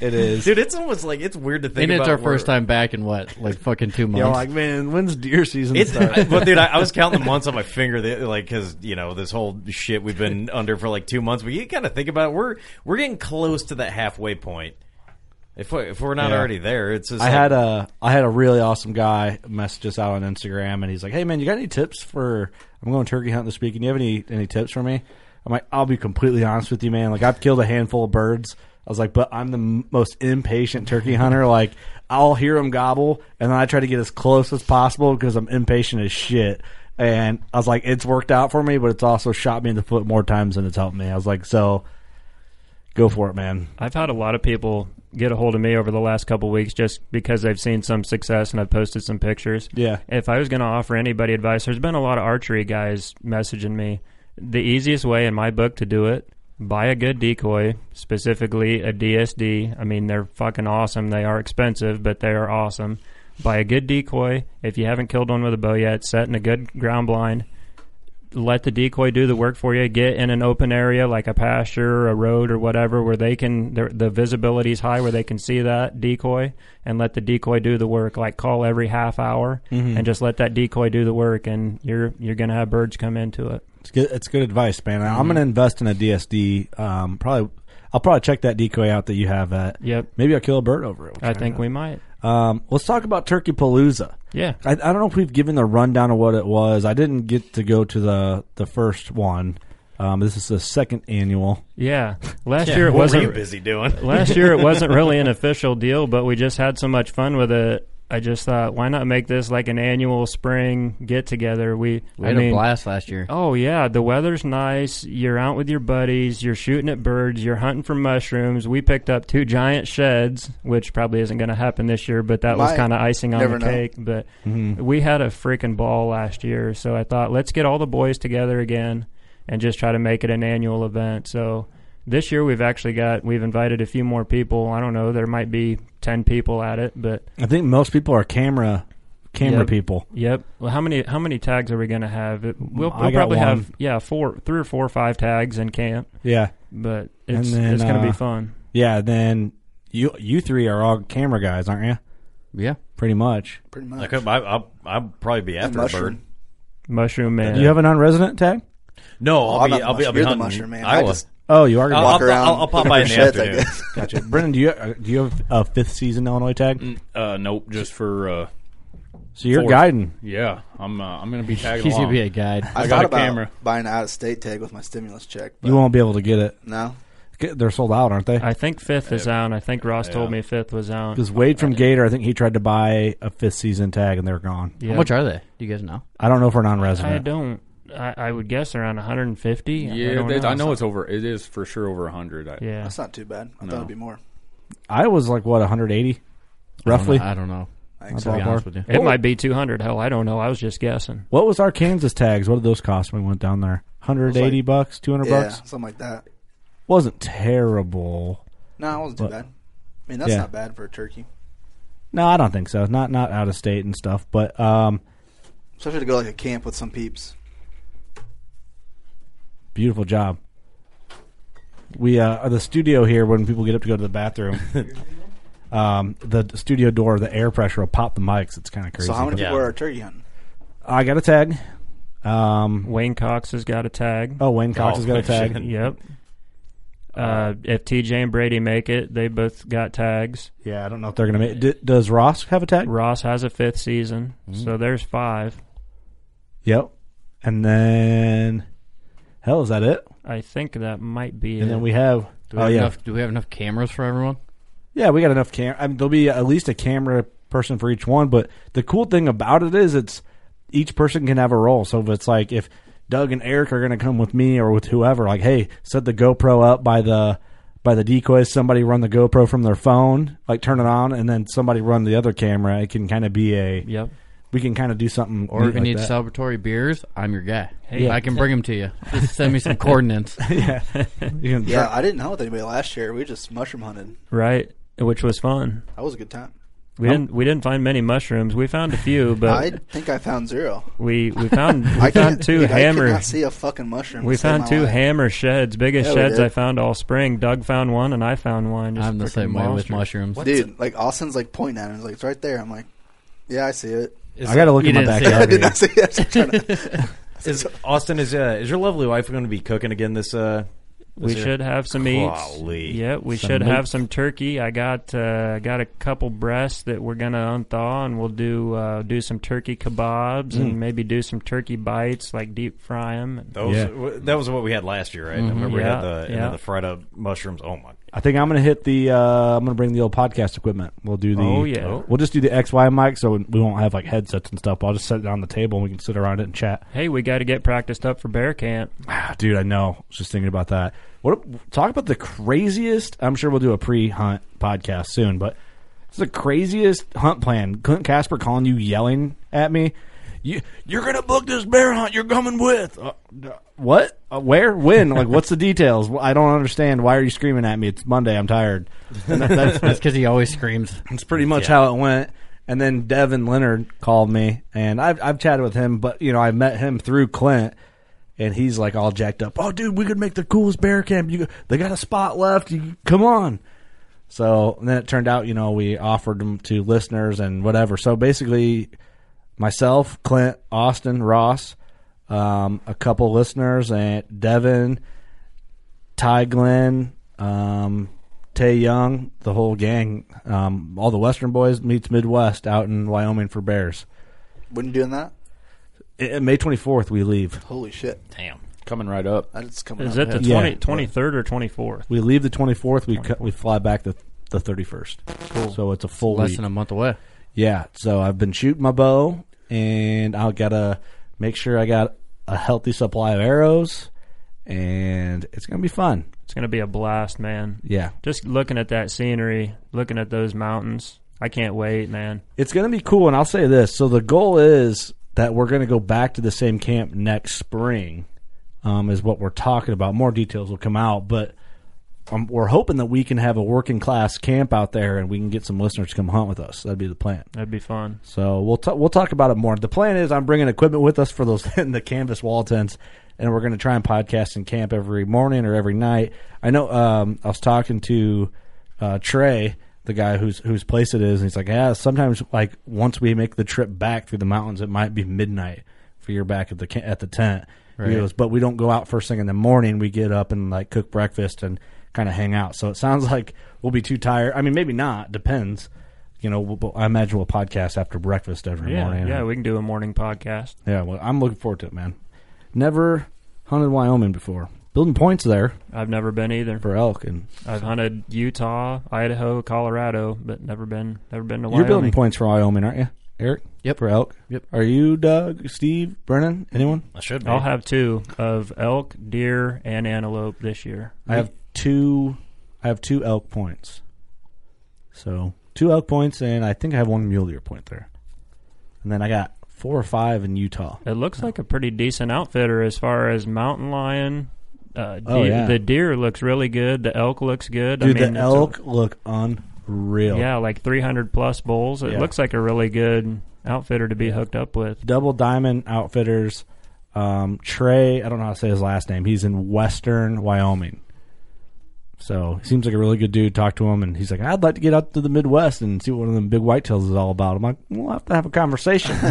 F: it is.
B: Dude, it's almost like it's weird to think.
D: and it's
B: about
D: our
B: where-
D: first time back in what, like fucking two months.
F: You're like, man, when's deer season
B: It's,
F: start?
B: I, <laughs> but dude, I, I was counting the months on my finger, the- like because you know this whole shit we've been under for like two months. But you gotta think about it. we're we're getting close to that halfway point. If we, if we're not
F: Yeah.
B: already there, it's just
F: I
B: like-
F: had a I had a really awesome guy message us out on Instagram, and he's like, "Hey man, you got any tips for? I'm going turkey hunting this weekend. You have any any tips for me?" I'm like, "I'll be completely honest with you, man. Like I've killed a handful of birds." I was like, "But I'm the m- most impatient turkey hunter. Like I'll hear them gobble, and then I try to get as close as possible because I'm impatient as shit." And I was like, "It's worked out for me, but it's also shot me in the foot more times than it's helped me." I was like, "So." Go for it, man.
E: I've had a lot of people get a hold of me over the last couple weeks just because they've seen some success and I've posted some pictures.
F: Yeah.
E: If I was going to offer anybody advice, there's been a lot of archery guys messaging me. The easiest way in my book to do it, buy a good decoy, specifically a DSD. I mean, they're fucking awesome. They are expensive, but they are awesome. Buy a good decoy. If you haven't killed one with a bow yet, set in a good ground blind. Let the decoy do the work for you. Get in an open area like a pasture, a road, or whatever, where they can their, the visibility is high, where they can see that decoy, and let the decoy do the work. Like call every half hour and just let that decoy do the work, and you're you're gonna have birds come into it.
F: It's good. It's good advice, man.
E: Mm-hmm.
F: I'm gonna invest in a DSD. Um, probably. I'll probably check that decoy out that you have at.
E: Yep.
F: Maybe I'll kill a bird over it.
E: I think we might.
F: Um, let's talk about Turkey Palooza.
E: Yeah.
F: I, I don't know if we've given the rundown of what it was. I didn't get to go to the the first one. Um, this is the second annual.
E: Yeah. Last year it
B: what were you
E: wasn't.
B: busy doing?
E: last year it wasn't really an official deal, but we just had so much fun with it. I just thought, why not make this like an annual spring get together? We,
D: we
E: I
D: had
E: mean,
D: a blast last year.
E: Oh yeah, the weather's nice. You're out with your buddies. You're shooting at birds. You're hunting for mushrooms. We picked up two giant sheds, which probably isn't going to happen this year, but that was
G: Might.
E: kind of icing on
G: Never
E: the
G: know. Mm-hmm.
E: cake. But we had a freaking ball last year, so I thought let's get all the boys together again and just try to make it an annual event. So this year we've actually got we've invited a few more people. I don't know, there might be ten people at it, but
F: I think most people are camera camera
E: Yep.
F: people.
E: Yep. Well, how many how many tags are we going to have? It, we'll
F: Mm, I
E: we'll
F: got
E: probably
F: one.
E: have yeah four, three or four or five tags in camp,
F: Yeah,
E: but
F: And
E: it's
F: then,
E: it's going to
F: uh,
E: be fun.
F: yeah. Then you you three are all camera guys, aren't you?
D: yeah.
F: Pretty much.
G: Pretty
B: I
G: much.
B: could, I, I'll, I'll probably be after a bird.
G: mushroom.
E: Mushroom man.
F: You have a non-resident tag?
B: No, I'll
G: I'm
B: be,
G: not
B: I'll be, I'll
G: mushroom.
B: be
G: You're the
B: hunting
G: mushroom, man. I
B: Iowa.
G: just
F: Oh, you are. gonna
B: I'll,
F: walk
G: walk
B: I'll,
G: around
B: I'll, I'll pop
G: looking
B: by
G: for
B: in the
G: sheds, I
B: afternoon.
G: guess.
F: Gotcha. Brendan, do you uh, do you have a fifth season Illinois tag?
H: Uh, nope, just for uh,
F: So you're
H: Fourth.
F: guiding.
H: yeah. I'm uh, I'm gonna be tagging
D: He's
H: along.
D: going to be a guide.
H: <laughs> I
G: I
H: got
G: thought
H: a
G: about
H: camera.
G: buying an out-of-state tag with my stimulus check. But
F: You won't be able to get it.
G: No,
F: Get- They're sold out, aren't they?
E: I think fifth is out. I think Ross told
H: Yeah.
E: me fifth was out.
F: Because Wade from Gator, I think he tried to buy a fifth season tag and they're gone.
E: Yeah.
D: How much are they? Do you guys know?
F: I don't know if we're
E: I
F: non-resident.
E: don't. I, I would guess around 150. I,
H: Yeah,
E: don't
H: they-
E: know.
H: I know it's over. It is for sure over hundred.
E: Yeah.
G: that's not too bad. I
H: No.
G: thought it'd be more.
F: I was like what 180, roughly.
D: I don't know.
G: I think
D: To be
G: so.
D: honest with you.
E: It might be 200. Hell, I don't know. I was just guessing.
F: What was our Kansas tags? What did those cost when we went down there? 180
G: like-
F: bucks, 200
G: Yeah,
F: bucks.
G: something like that.
F: Wasn't terrible.
G: No, it wasn't too
F: But-
G: bad. I mean, that's
F: Yeah.
G: not bad for a turkey.
C: No, I don't think so. Not not out of state and stuff, but um,
G: Especially to go like a camp with some peeps.
C: beautiful job. We uh, the studio here when people get up to go to the
D: <laughs>
C: bathroom. Um, the studio door, the air pressure will pop the mics. It's kind of crazy.
G: So how many
B: Yeah.
G: people are turkey hunting?
C: I got a tag.
F: Mm.
C: Um,
E: Wayne Cox has got a tag.
C: oh, Wayne Cox
B: Oh,
C: has got a tag.
B: shit.
E: Yep. Uh, if TJ and Brady make it, they both got tags.
C: Yeah, I don't know if they're gonna make. D- does Ross have a tag?
E: Ross has a fifth season,
H: Mm.
E: so there's five.
C: Yep. And then, hell, is that it?
E: I think that might be
C: And
E: it.
C: then we have.
D: Do we
C: Oh
D: have
C: yeah,
D: enough, do we have enough cameras for everyone?
C: yeah, we got enough cam. I mean, there'll be at least a camera person for each one. But the cool thing about it is, it's each person can have a role. So if it's like if Doug and Eric are going to come with me or with whoever, like, hey, set the GoPro up by the by the decoys. Somebody run the GoPro from their phone, like turn it on, and then somebody run the other camera. It can kind of be a.
E: Yep.
C: We can kind of do something.
D: Or
C: neat
D: if you
C: like
D: need
C: that.
D: celebratory beers, I'm your guy.
E: Hey.
D: I can bring them to you. Just send me some coordinates.
C: You can
G: Yeah, I didn't hunt with anybody last year. We just mushroom hunted.
E: Right, which was fun.
G: That was a good time.
E: We didn't we didn't find many mushrooms. We found a few,
G: I
E: but
G: think I found zero.
E: we we found we
G: <laughs> I
E: found
G: can't-
E: two
G: dude, I
E: hammer
G: cannot see a fucking mushroom.
E: we
G: to save
E: found
G: my
E: two
G: life.
E: hammer sheds, biggest
G: Yeah, we
E: sheds
G: did.
E: I found all spring. Doug found one and I found one. Just
D: I'm the
E: freaking
D: same way with
E: monster.
D: mushrooms.
G: Dude, like Austin's like pointing at him. He's like, it's right there. I'm like, yeah, I see it. <laughs>
C: I got to look
D: You
C: in my
D: didn't see
C: backyard.
G: I did <laughs>
C: here.
G: not see it. I'm trying to- <laughs>
B: Is Austin is uh, is your lovely wife going to be cooking again this? Uh,
E: We
B: Is it-
E: should have some meats.
B: Golly.
E: Yeah, we
C: Some
E: should
C: meat.
E: have some turkey. I got uh, got a couple breasts that we're gonna unthaw, and we'll do uh, do some turkey kebabs
C: Mm.
E: and maybe do some turkey bites, like deep fry them.
B: those,
C: Yeah.
B: w- that was what we had last year, right? I remember
E: Yeah,
B: we had the,
E: yeah.
B: and the fried up mushrooms. Oh my!
C: I think I'm gonna hit the. Uh, I'm gonna bring the old podcast equipment. We'll do the.
E: Oh, yeah.
C: We'll just do the XY mic, so we won't have like headsets and stuff. I'll just set it on the table and we can sit around it and chat.
E: Hey, we got to get practiced up for bear camp.
C: Ah, dude, I know. I was just thinking about that. What? Talk about the craziest. I'm sure we'll do a pre-hunt podcast soon, but it's the craziest hunt plan. Clint Casper calling you, yelling at me. You, you're gonna book this bear hunt. You're coming with. Uh, d- what? Uh, where? When? Like, what's the details? Well, I don't understand. Why are you screaming at me? It's Monday. I'm tired. And that- that's,
D: That's because he always screams.
E: <laughs>
C: That's pretty much how it went. And then Devin Leonard called me, and I've I've chatted with him, but you know I met him through Clint, and he's like all jacked up. Oh, dude, we could make the coolest bear camp. You they got a spot left. You come on. So and then it turned out, you know, we offered them to listeners and whatever. So basically, myself, Clint, Austin, Ross, um, a couple listeners, and Devin, Ty Glenn, um, Tay Young, the whole gang, um, all the Western boys meets Midwest out in Wyoming for bears.
G: when you doing that?
C: I- I- May 24th, we leave.
G: Holy shit.
B: Damn.
I: Coming right up.
G: That's coming
E: Is
G: up.
E: it the
C: Yeah.
E: 20, 23rd or twenty fourth?
C: We leave the 24th. We cut, we fly back the the 31st. Cool. So it's a full
D: Less
C: week.
D: than a month
E: <laughs>
D: away.
C: Yeah, so I've been shooting my bow, and I gotta make sure I got a healthy supply of arrows, and it's gonna be fun.
E: It's gonna be a blast, man.
C: Yeah,
E: Just looking at that scenery, looking at those mountains. I can't wait, man.
C: it's gonna be cool. And I'll say this: so the goal is that we're gonna go back to the same camp next spring, um, is what we're talking about. More details will come out, but um, we're hoping that we can have a working class camp out there, and we can get some listeners to come hunt with us. That'd be the plan.
E: That'd be fun.
C: So we'll t- we'll talk about it more. The plan is I'm bringing equipment with us for those <laughs> the canvas wall tents, and we're going to try and podcast in camp every morning or every night. I know um, I was talking to uh, Trey, the guy whose whose place it is, and he's like, yeah, sometimes like once we make the trip back through the mountains, it might be midnight for your back at the ca- at the tent. He
D: Right.
C: goes, but we don't go out first thing in the morning. We get up and like cook breakfast and kind of hang out. So it sounds <laughs> like we'll be too tired. I mean, maybe not. Depends. You know, we'll, we'll- I imagine we'll podcast after breakfast every
E: Yeah,
C: morning.
E: yeah, we can do a morning podcast.
C: yeah. Well, I'm looking forward to it, man. Never hunted Wyoming before. Building points there
E: I've never been either.
C: for elk, and
E: I've hunted Utah, Idaho, Colorado, but never been never been to
C: you're
E: Wyoming.
C: building points for Wyoming, aren't you, Eric?
D: Yep.
C: For elk.
D: Yep.
C: Are you Doug, Steve, Brennan, anyone?
B: I should. Be.
E: I'll have two of elk, deer, and antelope this year.
C: I have two. I have two elk points. So two elk points, and I think I have one mule deer point there. And then I got four or five in Utah.
E: It looks like a pretty decent outfitter as far as mountain lion. Uh,
C: Oh,
E: deer-
C: yeah.
E: The deer looks really good. The elk looks good.
C: Dude,
E: I mean,
C: the
E: it's a-
C: elk look unbelievable.
F: real.
E: Yeah, like 300 plus bulls. It
F: Oh. Yeah.
E: looks like a really good outfitter to be hooked up with.
F: Double Diamond Outfitters. Um, Trey, I don't know how to say his last name. He's in Western Wyoming. So he seems like a really good dude. Talk to him, and he's like, "I'd like to get out to the Midwest and see what one of them big whitetails is all about." I'm like, "We'll have to have a conversation."
D: We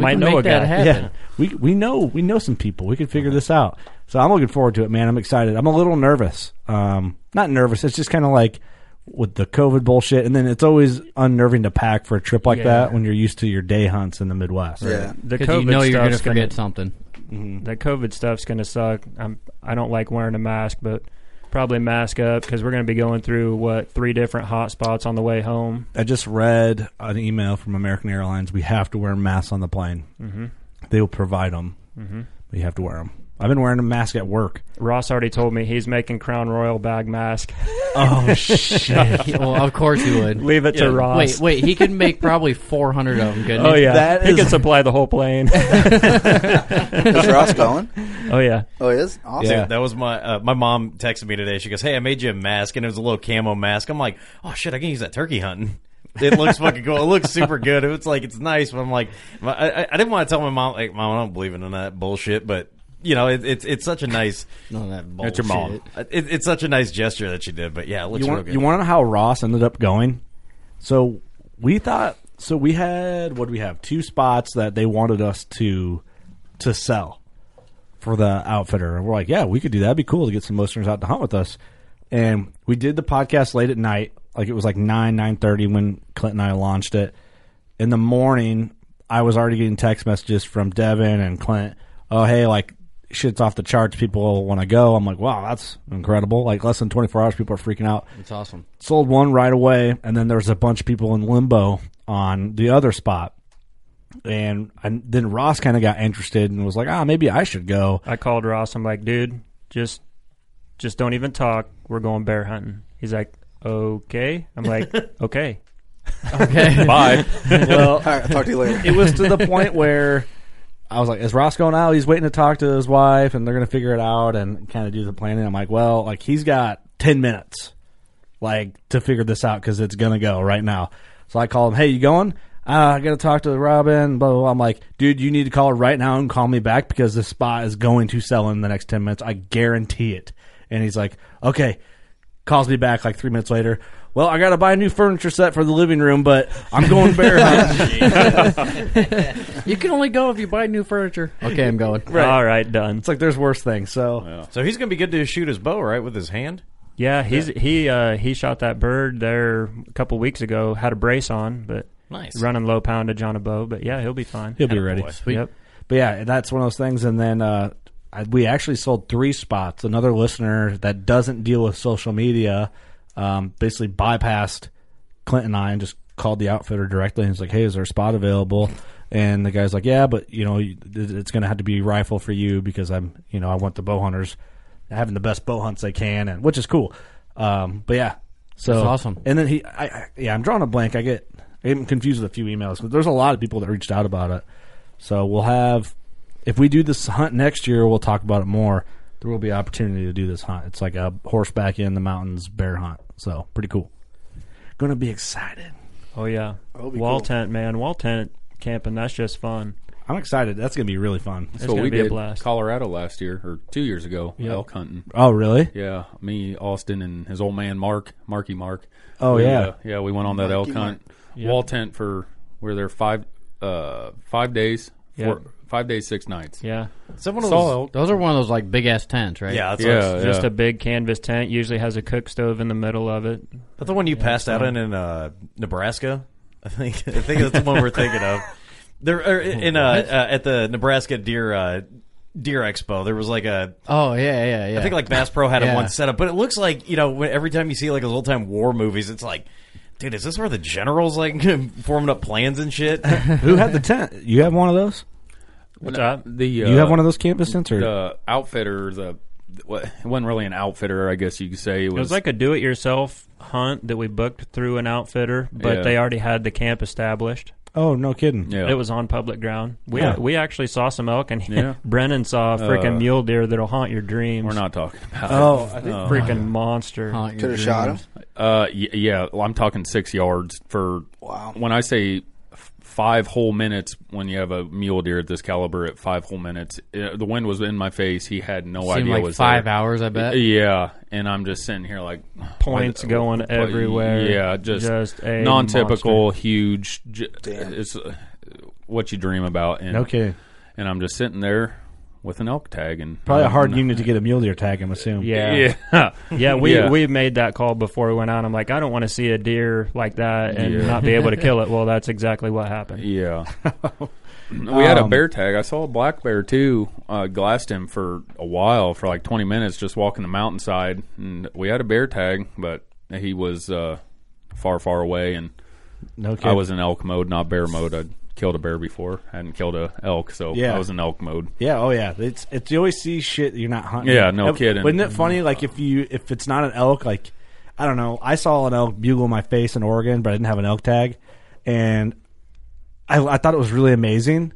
E: Might
D: can
E: know
D: make
E: a
D: that
E: guy.
D: happen.
F: Yeah, we we know we know some people. We can figure this out. So I'm looking forward to it, man. I'm excited. I'm a little nervous. Um, not nervous. It's just kind of like with the COVID bullshit, and then it's always unnerving to pack for a trip like
E: Yeah.
F: that when you're used to your day hunts in the Midwest.
G: Yeah.
E: <laughs> The
D: Because
E: COVID
D: you know you're going to
E: stuff's
D: forget
E: gonna-
D: something.
F: Mm.
E: the COVID stuff's going to suck. I'm, I don't like wearing a mask, but probably mask up because we're going to be going through what three different hot spots on the way home.
F: I just read an email from American Airlines. We have to wear masks on the plane. Mm-hmm. They will provide them. Mm-hmm. But you have to wear them. I've been wearing a mask at work.
E: Ross already told me he's making Crown Royal
F: <laughs>
E: bag mask.
F: Oh shit!
D: <laughs>
E: <laughs>
D: well, of course you would.
E: Leave it to Ross.
D: Wait, wait. He can
E: <laughs>
D: make probably 400 of them. Couldn't
E: Oh
D: he?
E: yeah,
F: That
E: he
F: is-
E: can supply the
F: <laughs>
E: whole plane. <laughs>
G: Is Ross going?
E: oh yeah,
G: Oh, he is? Awesome.
B: <laughs>
F: Yeah.
B: That was my uh, my mom texted me today. She goes, "Hey, I made you a mask, and it was a little camo mask." I'm like, "Oh shit, I can use that turkey hunting." <laughs> It looks fucking cool. It looks super good. It's like it's nice, but I'm like, I, I, I didn't want to tell my mom like, "Mom, I don't believe in none of that bullshit," but you know, it, it's it's such a nice.
D: None of that
H: That's your mom.
D: bullshit.
B: Uh, It, it's such a nice gesture that she did, but yeah, it looks
F: you
B: real
F: want
B: good.
F: you want to know how Ross ended up going? So we thought so we had what do we have two spots that they wanted us to to sell for the outfitter, and we're like, yeah, we could do that. It'd be cool to get some listeners out to hunt with us. And we did the podcast late at night, like it was like nine nine thirty when Clint and I launched it. In the morning, I was already getting text messages from Devin and Clint. Oh hey, like shit's off the charts. People want to go. I'm like, wow, that's incredible. Like less than 24 hours, people are freaking out
D: It's awesome.
F: sold one right away, and then there was a bunch of people in limbo on the other spot. And, and then Ross kind of got interested and was like, ah, maybe I should go.
E: I called Ross. I'm like, dude, just just don't even talk. We're going bear hunting. He's like, okay.
F: <laughs>
E: I'm like, okay. <laughs>
D: Okay.
H: Bye.
F: Well,
G: All right, I'll talk to you later.
F: it was to the point where I was like, is Ross going out? He's waiting to talk to his wife, and they're going to figure it out and kind of do the planning. I'm like, well, like he's got 10 minutes. like to figure this out because it's gonna go right now. So I call him, hey, you going? Uh, I gotta talk to Robin. Blah, blah blah. I'm like, dude, you need to call her right now and call me back because this spot is going to sell in the next ten minutes. I guarantee it. And he's like, okay. Calls me back like three minutes later. Well, I gotta buy a new furniture set for the living room, but I'm going bear hunting.
D: you can only go if you buy new furniture. Okay, I'm going. Uh,
E: All right, done.
F: it's like there's worse things. So
B: so he's gonna be good to shoot his bow, right, with his hand.
E: Yeah, he's he uh, he shot that bird there a couple weeks ago. Had a brace on, but
B: Nice.
E: running low poundage on a bow. But yeah, he'll be fine.
F: he'll be ready.
E: Yep.
F: But yeah, that's one of those things. And then uh, I, we actually sold three spots. Another listener that doesn't deal with social media um, basically bypassed Clint and I and just called the outfitter directly and was like, "Hey, is there a spot available?" And the guy's like, "Yeah, but you know, you- it- it's going to have to be rifle for you because I'm, you know, I want the bow hunters having the best bow hunts they can, and which is cool." Um, but yeah, so
D: That's awesome.
F: And then he, I, I, yeah, I'm drawing a blank. I get, I get confused with a few emails, but there's a lot of people that reached out about it. So we'll have, if we do this hunt next year, we'll talk about it more. There will be opportunity to do this hunt. It's like a horseback in the mountains bear hunt. So pretty cool. Gonna be excited.
E: Oh yeah.
G: be cool.
E: Wall tent, man. Wall tent camping. That's just fun.
F: I'm excited. That's gonna be really fun.
E: It's
H: That's what
E: gonna
H: we
E: be a
H: did
E: blast.
H: Colorado last year or two years ago. Elk hunting.
F: Oh really?
H: Yeah, me, Austin, and his old man Mark, Marky Mark.
F: Oh,
H: We,
F: yeah.
H: uh, yeah. We went on that elk hunt wall tent for we were there five uh five days,
E: Yeah.
H: four, five days, six nights.
E: Yeah.
B: Someone
H: Saw
B: was,
H: elk.
D: Those are one of those like big ass tents, right?
B: yeah, that's what I was-
H: Yeah,
E: Just
H: yeah.
E: a big canvas tent. Usually has a cook stove in the middle of it.
B: That's the one you passed out in in uh, Nebraska. <laughs> I think I think that's the one we're thinking of.
C: <laughs>
B: There or in uh, uh, at the Nebraska Deer uh, Deer Expo, there was like a
D: Oh yeah, yeah, yeah.
B: I think like Bass Pro had
D: Yeah.
B: it one set up, but it looks like you know when, every time you see like those old time war movies, it's like, dude, is this where the generals like <laughs> forming up plans and shit?
C: <laughs>
F: Who had the tent? You have one of those?
E: What's up?
H: The uh,
F: you have one of those canvas tents, or
H: the outfitter the. what- It wasn't really an outfitter, I guess you could say. It was,
E: It was like a do-it-yourself hunt that we booked through an outfitter, but
H: Yeah.
E: they already had the camp established.
F: oh no kidding.
H: yeah.
E: It was on public ground. We
F: Yeah.
E: we actually saw some elk, and
H: Yeah.
E: <laughs> Brennan saw a freaking
H: Uh,
E: mule deer that'll haunt your dreams.
H: We're not talking about. it.
F: Oh, I
H: <laughs>
F: think
E: freaking monster.
D: Haunt your
G: Could have shot him.
D: dreams.
H: Uh, y- yeah, well, I'm talking six yards for.
G: Wow.
H: When I say f- five whole minutes, when you have a mule deer at this caliber at five whole minutes, uh the wind was in my face. He had no
D: Seemed
H: idea it
D: like
H: was
D: five
H: there.
D: hours, I bet.
H: Yeah, and I'm just sitting here like <sighs>
E: Points
H: why the-
E: going
H: why-
E: everywhere.
H: Yeah, just,
E: Just a
H: non-typical, huge. J-
G: Damn.
H: it's uh, what you dream about. And,
F: No kidding.
H: And I'm just sitting there with an elk tag and
F: Probably a hard unit to get a mule deer tag. I'm assuming.
E: Yeah.
H: Yeah.
E: <laughs> Yeah, we
H: Yeah.
E: we made that call before we went out. I'm like, I don't want to see a deer like that and
H: Yeah.
E: not be able to
H: <laughs>
E: kill it. Well, that's exactly what happened.
H: Yeah. we had a
F: Um,
H: bear tag. I saw a black bear too. Uh, glassed him for a while, for like 20 minutes, just walking the mountainside. And we had a bear tag, but he was uh, far, far away. And
F: No
H: I
F: kidding.
H: was in elk mode, not bear mode. I'd killed a bear before. I hadn't killed a elk, so
F: Yeah.
H: I was in elk mode.
F: Yeah, oh yeah. It's it's you always see shit that you're not hunting.
H: Yeah, no kidding.
F: Wasn't it funny? Like if you if it's not an elk, like I don't know. I saw an elk bugle in my face in Oregon, but I didn't have an elk tag, and I, I thought it was really amazing.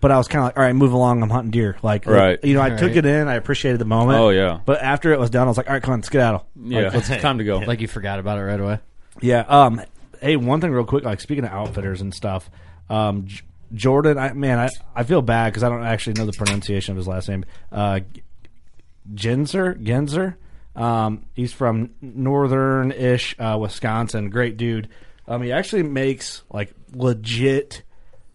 F: But I was kind of like, all right, move along. I'm hunting deer. Like,
H: Right.
F: You know, I took
D: Right.
F: it in. I appreciated the moment.
H: Oh, yeah.
F: But after it was done, I was like, all right, come on, skedaddle.
H: Yeah, <laughs>
F: Like,
H: it's time to go.
D: Like you forgot about it right away.
F: yeah. Um. Hey, one thing real quick. Like speaking of outfitters and stuff, um, J- Jordan. I man, I, I feel bad because I don't actually know the pronunciation of his last name. Uh, Genzer. Genzer. Um, he's from northern ish uh, Wisconsin. Great dude. Um, he actually makes like legit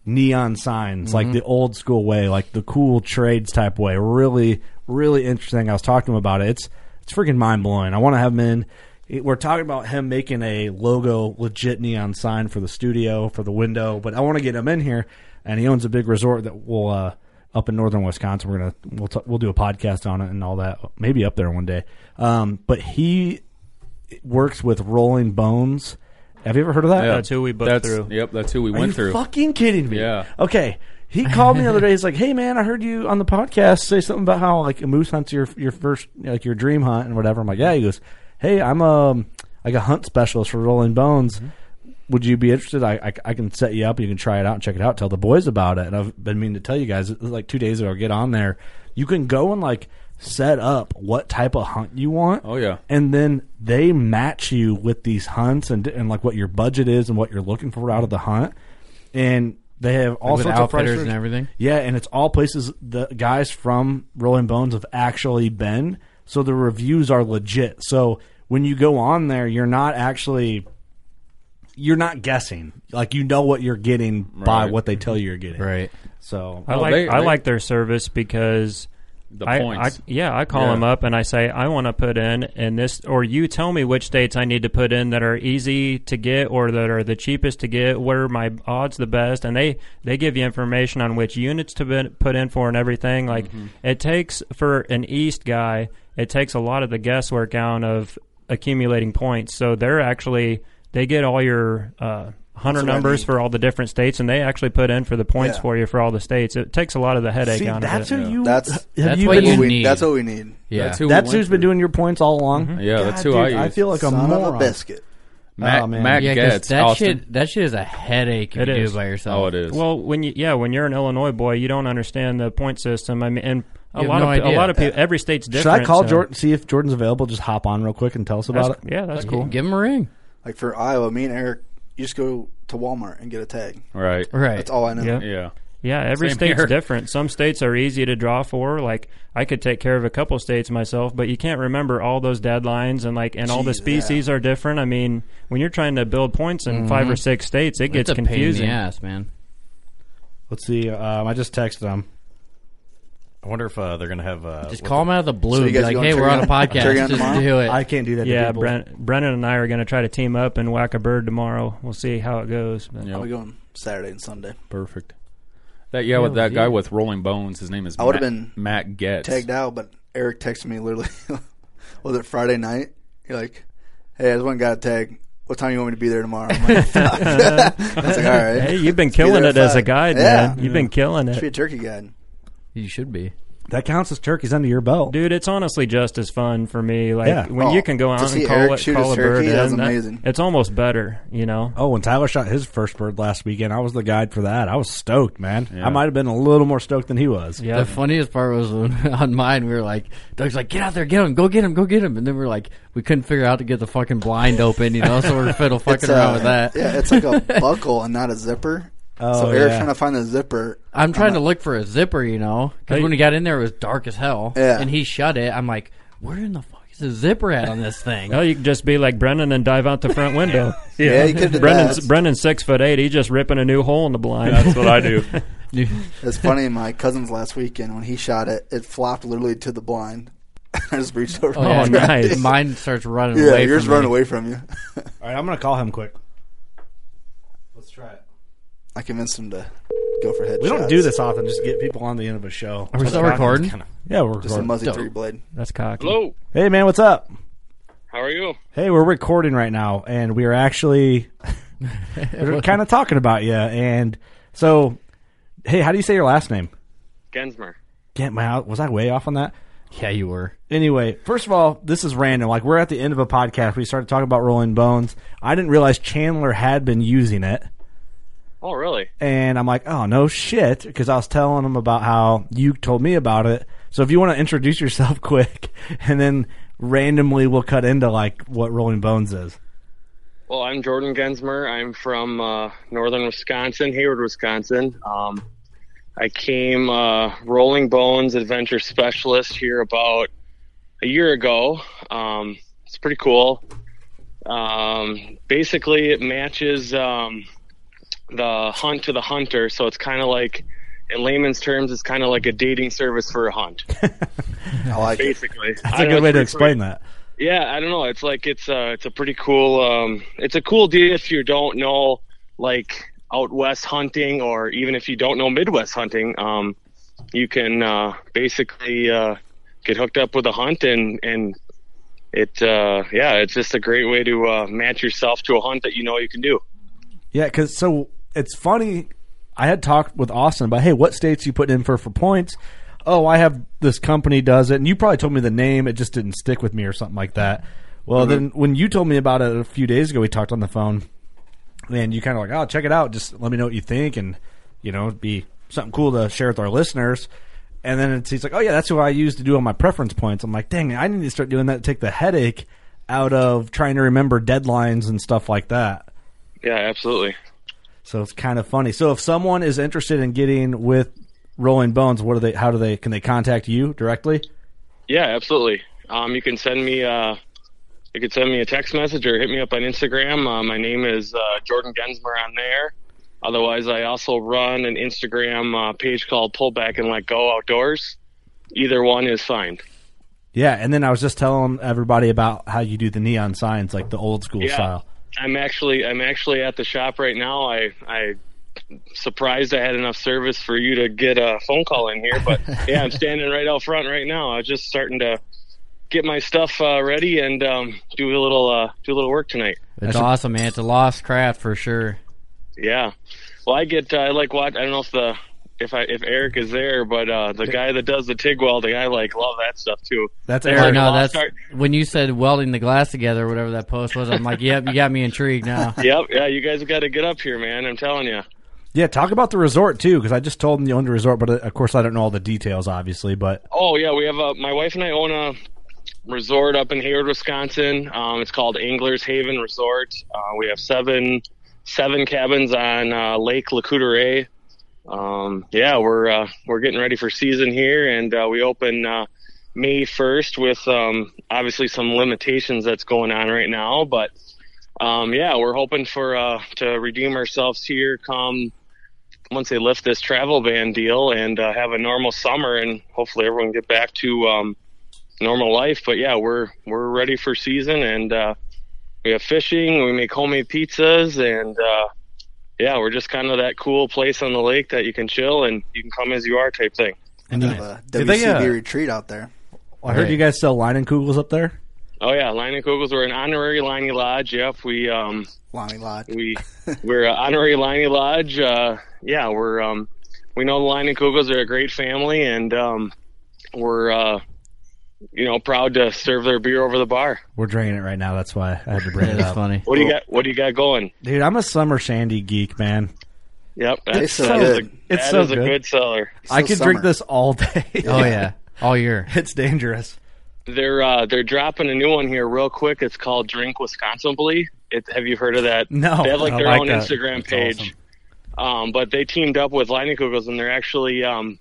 F: neon signs, like the old school way, like the cool trades type way. Really, really interesting. I was talking to him about it. It's it's freaking mind blowing. I want to have him in. It- We're talking about him making a logo, legit neon sign for the studio, for the window. But I want to get him in here, and he owns a big resort that will uh, up in northern Wisconsin. We're gonna we'll t- we'll do a podcast on it and all that. Maybe up there one day. Um, but he works with Rolling Bones. Have you ever heard of that?
H: Yeah.
E: That's who we booked
H: That's-
E: through.
H: Yep, that's who we
F: Are
H: went
F: you
H: through.
F: fucking kidding me?
H: Yeah.
F: Okay. He called me the other day. He's like, "Hey man, I heard you on the podcast say something about how like a moose hunt's your your first like your dream hunt and whatever." I'm like, "Yeah." He goes, "Hey, I'm um like a hunt specialist for Rolling Bones.
H: Mm-hmm.
F: Would you be interested? I, I I can set you up. You can try it out and check it out. Tell the boys about it." And I've been meaning to tell you guys it was like two days ago. Get on there. You can go and like set up what type of hunt you want.
H: Oh, yeah.
F: And then they match you with these hunts and and like what your budget is and what you're looking for out of the hunt. And they have all
D: with
F: sorts of price
D: outfitters and
F: range.
D: everything?
F: Yeah, and it's all places the guys from Rolling Bones have actually been. So the reviews are legit. So when you go on there, you're not actually you're not guessing. Like you know what you're getting by
H: Right.
F: what they tell you you're getting.
D: Right.
F: So
E: I like
H: Oh, they-
E: I
H: they-
E: like their service because
H: The
E: I,
H: points.
E: I, yeah, I call
H: Yeah.
E: them up and I say I want to put in and this, or you tell me which states I need to put in that are easy to get or that are the cheapest to get. What are my odds the best? And they they give you information on which units to be, put in for and everything. Like
H: Mm-hmm.
E: it takes for an East guy, it takes a lot of the guesswork out of accumulating points. So they're actually they get all your. Uh, Hunter
G: what I
E: numbers
G: need.
E: for all the different states, and they actually put in for the points
G: Yeah.
E: for you for all the states. It takes a lot of the headache
F: See,
E: out
F: that's
E: of it.
F: who you
G: That's-
F: have
D: That's
F: you
D: what
F: been
D: you
F: in-
D: need.
G: That's what we need.
D: Yeah.
H: That's who we
F: That's
H: went
F: who's been
H: through. Mm-hmm.
F: doing your points all along.
H: Yeah, that's who
F: dude,
H: I
F: I
H: use.
F: feel like a
G: Son
F: moron.
G: of a biscuit.
H: Mac,
F: man.
H: Mac
D: Yeah, 'cause
H: Getz,
D: that
H: Austin.
D: shit that shit is a headache if
E: It
D: you
E: is.
D: do it by yourself.
H: Oh, it is.
E: Well, when you yeah, when you're an Illinois boy, you don't understand the point system. I mean, and a
D: You have
E: lot
D: no
E: of pe-
D: idea.
E: a lot of people, every state's
F: Should
E: different.
F: I call
E: so-
F: Jordan? See if Jordan's available. Just hop on real quick and tell us
E: That's-
F: about it.
E: Yeah, that's cool.
D: Give him a ring.
G: Like for Iowa, me and Eric, you just go to Walmart and get a tag.
H: right.
D: Right.
G: That's all I know.
E: Yeah.
H: Yeah.
E: Yeah, every
H: Same
E: state's
H: here.
E: different. Some states are easy to draw for. Like I could take care of a couple states myself, but you can't remember all those deadlines and like and all the
G: Jeez, yeah.
E: species are different. I mean, when you're trying to build points in five or six states, it
D: It's
E: gets
D: a
E: confusing.
D: pain in the ass, man.
F: Let's see. Um, I just texted him.
B: I wonder if uh, they're gonna have uh,
D: Just
B: what
D: call him out of the
G: So
D: blue.
G: you
D: Be
G: guys
D: like,
G: going <laughs>
D: hey, we're on a
G: Trigon- Trigon
D: podcast. Just
G: tomorrow?
D: do it.
F: I can't do that. to
E: Yeah,
F: people.
E: Bren- Brennan and I are going to try to team up and whack a bird tomorrow. We'll see how it goes. But.
G: I'll be going Saturday and Sunday.
H: Perfect. That yeah, with that guy with Rolling Bones, his name is
G: I would've
H: Matt-
G: been
H: Matt Getz.
G: Tagged out, but Eric texted me literally, <laughs> was it Friday night? You're like, hey, I just went and got a tag. What time you want me to be there tomorrow? I'm like, "Fuck." <laughs> I was like, all right.
E: Hey, you've been
G: Let's be
E: killing
G: there
E: it
G: at
E: as a
G: five."
E: guide,
G: yeah.
E: man. You've been killing
G: Should be a
E: it.
G: turkey guide.
D: You should be.
C: That counts as turkeys under your belt.
E: Dude, it's honestly just as fun for me. Like
C: Yeah.
E: when
G: Oh,
E: you can go
G: to
E: out
G: see
E: and call
G: Eric
E: it
G: shoot
E: call
G: his
E: a bird,
G: turkey, that was
E: in, that-
G: amazing.
E: it's almost better, you know.
C: Oh, when Tyler shot his first bird last weekend, I was the guide for that. I was stoked, man. I might have been a little more stoked than he was.
E: Yeah.
D: The funniest part was when, <laughs> on mine. We were like, Doug's like, get out there, get him, go get him, go get him. And then we are like, we couldn't figure out to get the fucking blind open, you know. So
G: <laughs>
D: we're fiddle fucking
G: It's,
D: around
G: uh,
D: with that.
G: Yeah, it's like a
D: <laughs>
G: buckle and not a zipper.
C: Oh,
G: so Eric's
C: yeah.
G: trying to find the zipper.
D: I'm trying to look for a zipper, you know, because
E: Hey.
D: when we got in there, it was dark as hell.
G: Yeah.
D: And he shut it. I'm like, where in the fuck is the zipper at on this thing?
E: Oh, you could just be like Brennan and dive out the front window.
G: <laughs> Yeah, you could do
E: Brendan's
G: that.
E: Brendan's six foot eight. He's just ripping a new hole in the blind.
H: That's
E: <laughs>
H: what I do.
G: It's funny. <laughs> My cousin's last weekend when he shot it, it flopped literally to the blind. <laughs> I just reached over.
D: <laughs> Oh,
G: and
D: yeah.
G: grabbed
E: nice.
G: <laughs> it.
D: Mine starts running
G: Yeah,
D: away.
G: yours
D: from
G: run
D: me.
G: away from you. <laughs>
C: All right, I'm going to call him quick. Let's try it.
G: I convinced him to go for headshots.
C: We don't do this often, just get people on the end of a show.
D: Are we still recording?
C: Yeah, we're
G: Just a
C: recording.
G: muzzy three blade.
E: That's cocky.
F: Hello,
C: Hey, man, what's up?
F: how are you?
C: Hey, we're recording right now, and we are actually <laughs> we're kind of talking about you. And so, hey, how do you say your last name?
F: Gensmer.
C: Get my out. Was I way off on that?
D: Yeah, you were.
C: Anyway, first of all, this is random. Like we're at the end of a podcast. We started talking about Rolling Bones. I didn't realize Chandler had been using it,
F: Oh, really?
C: and I'm like, oh no shit, because I was telling him about how you told me about it. So if you want to introduce yourself <laughs> quick, and then randomly we'll cut into like what Rolling Bones is.
F: Well, I'm Jordan Gensmer. I'm from uh, northern Wisconsin, Hayward, Wisconsin. Um, I came uh, Rolling Bones Adventure Specialist here about a year ago. Um, it's pretty cool. Um, basically, it matches um, the hunt to the hunter, so it's kind of like, in layman's terms, it's kind of like a dating service for a hunt.
G: I like it.
F: Basically,
C: That's a good way to explain that.
F: Yeah, I don't know. It's like it's a it's a pretty cool um it's a cool deal if you don't know like out west hunting or even if you don't know Midwest hunting, um you can uh basically uh get hooked up with a hunt and and it uh yeah, it's just a great way to uh match yourself to a hunt that you know you can do.
C: Yeah, because so it's funny. I had talked with Austin about, hey, what states you putting in for for points? Oh, I have this company does it, and you probably told me the name. It just didn't stick with me or something like that. Well,
F: Mm-hmm.
C: then when you told me about it a few days ago, we talked on the phone, and you kind of like, oh, check it out. Just let me know what you think, and you know, it'd be something cool to share with our listeners. And then it's, he's like, oh yeah, that's who I use to do all my preference points. I'm like, dang, I need to start doing that to take the headache out of trying to remember deadlines and stuff like that.
F: Yeah, absolutely.
C: So it's kind of funny. So if someone is interested in getting with Rolling Bones, what do they? How do they? Can they contact you directly?
F: Yeah, absolutely. Um, you can send me uh, you can send me a text message or hit me up on Instagram. Uh, my name is uh, Jordan Gensmer on there. Otherwise, I also run an Instagram uh, page called Pull Back and Let Go Outdoors. Either one is fine.
C: Yeah, and then I was just telling everybody about how you do the neon signs, like the old school
F: Yeah.
C: style.
F: I'm actually I'm actually at the shop right now. I I surprised I had enough service for you to get a phone call in here, but yeah, I'm standing right out front right now. I was just starting to get my stuff uh, ready and um, do a little uh, do a little work tonight.
D: It's awesome, man. It's a lost craft for sure.
F: Yeah. Well, I get uh, I like watch. I don't know if the if I if Eric is there, but uh, the guy that does the TIG welding, I like love that stuff too.
C: That's
D: I
C: Eric.
D: know
F: Lost
D: that's
F: art.
D: when you said welding the glass together, or whatever that post was. I'm like, yep, you got me intrigued now.
F: Yep. <laughs> Yeah, you guys have got to get up here, man. I'm telling you.
C: Yeah, talk about the resort too, because I just told him you owned a resort, but uh, of course I don't know all the details, obviously. But
F: Oh yeah, we have a my wife and I own a resort up in Hayward, Wisconsin. Um, it's called Anglers Haven Resort. Uh, we have seven seven cabins on uh, Lake Lacouture. Um, yeah, we're uh, we're getting ready for season here, and uh, we open uh, May first with um, obviously some limitations that's going on right now, but um, yeah, we're hoping for uh, to redeem ourselves here come once they lift this travel ban deal and uh, have a normal summer and hopefully everyone get back to um, normal life. But yeah, we're we're ready for season and uh, we have fishing, we make homemade pizzas, and uh, yeah, we're just kind of that cool place on the lake that you can chill and you can come as you are type thing.
C: and
G: Have a
B: Do they,
G: WCB
B: uh,
G: retreat out there.
C: I heard
D: Right.
C: you guys sell line and kugels up there.
F: Oh yeah, Lining Kugels. We're an honorary Lining Lodge. Yep, we um,
G: Lonnie Lodge.
F: we we're uh, honorary Liney Lodge. Uh, yeah, we're um, we know the Liney Kugels are a great family, and um, we're uh, you know proud to serve their beer over the bar.
C: We're drinking it right now. That's why I had to bring it
D: That's
C: up.
D: funny.
F: What do you got? What do you got going?
C: Dude, I'm a summer shandy geek, man.
F: Yep, that's,
G: It's so
F: that is
G: good.
F: a,
C: It's
F: that
C: so
F: is a
C: good.
F: good seller.
C: I
G: Still
C: could drink
G: summer.
C: this all day.
D: Oh yeah, all year.
C: it's dangerous.
F: They're uh, they're dropping a new one here real quick. It's called Drink Wisconsinably. It, have you heard of that?
C: No,
F: they have like
C: I
F: their
C: like
F: own
C: that.
F: Instagram
J: That's
F: page. Um, but they teamed up with Lightning Kugels and they're actually um,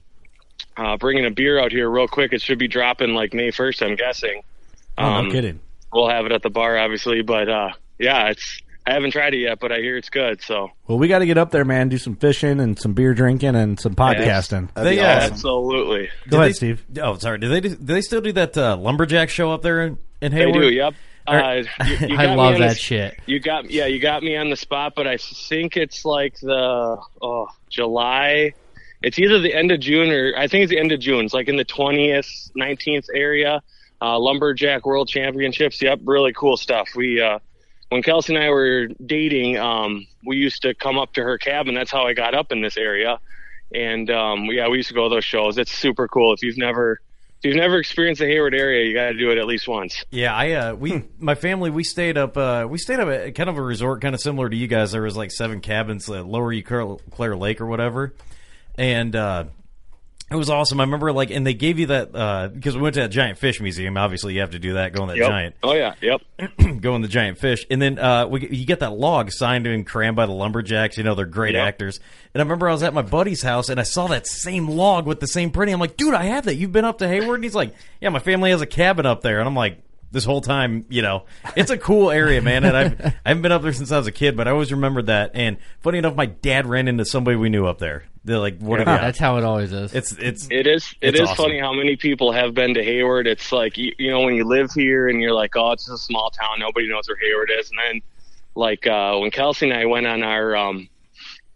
F: uh, bringing a beer out here real quick. It should be dropping like May first, I'm guessing.
C: Oh,
F: Um,
C: no kidding.
F: We'll have it at the bar, obviously. But uh, yeah, it's I haven't tried it yet, but I hear it's good. So
C: Well, we got to get up there, man. Do some fishing and some beer drinking and some podcasting.
G: That'd be
B: They, uh,
G: awesome.
F: absolutely,
C: Go
B: Did
C: ahead,
B: they-
C: Steve.
B: Oh, sorry. Do they do they still do that uh, lumberjack show up there in, in
F: they
B: Hayward?
F: do. Yep.
B: All
F: Uh,
B: right.
F: you, you
D: <laughs>
F: got
D: I
F: me
D: love
F: on the
D: that
F: s-
D: shit.
F: You got yeah, you got me on the spot, but I think it's like the oh July. It's either the end of June or I think it's the end of June. It's like in the twentieth, nineteenth area. Uh, Lumberjack World Championships. Yep, really cool stuff. We uh, when Kelsey and I were dating, um, we used to come up to her cabin. That's how I got up in this area. And um, yeah, we used to go to those shows. It's super cool. If you've never if you've never experienced the Hayward area, you got to do it at least once.
B: Yeah, I uh, we my family we stayed up uh, we stayed up at kind of a resort kind of similar to you guys. There was like seven cabins at Lower Claire Lake or whatever, and uh, it was awesome. I remember like and they gave you that uh, because we went to that giant fish museum. Obviously, you have to do that. Go in that
F: Yep.
B: giant,
F: Oh yeah. Yep.
B: go in the giant fish, and then uh, we, you get that log signed and crammed by the lumberjacks. You know they're great
F: Yep.
B: actors. And I remember I was at my buddy's house and I saw that same log with the same printing. I'm like, dude, I have that. You've been up to Hayward? And he's like, yeah, my family has a cabin up there. And I'm like. This whole time, you know, it's a cool area, man. And
F: <laughs>
B: I've, I haven't been up there since I was a kid, but I always remembered that. And funny enough, my dad ran into somebody we knew up there. They're like, what are
D: That's
B: they?
D: how it always is.
B: It's, it's,
F: It is. It
B: It's
F: is
B: awesome.
F: funny how many people have been to Hayward. It's like you, you know when you live here and you're like, oh, it's just a small town. Nobody knows where Hayward is. And then like uh, when Kelsey and I went on our um,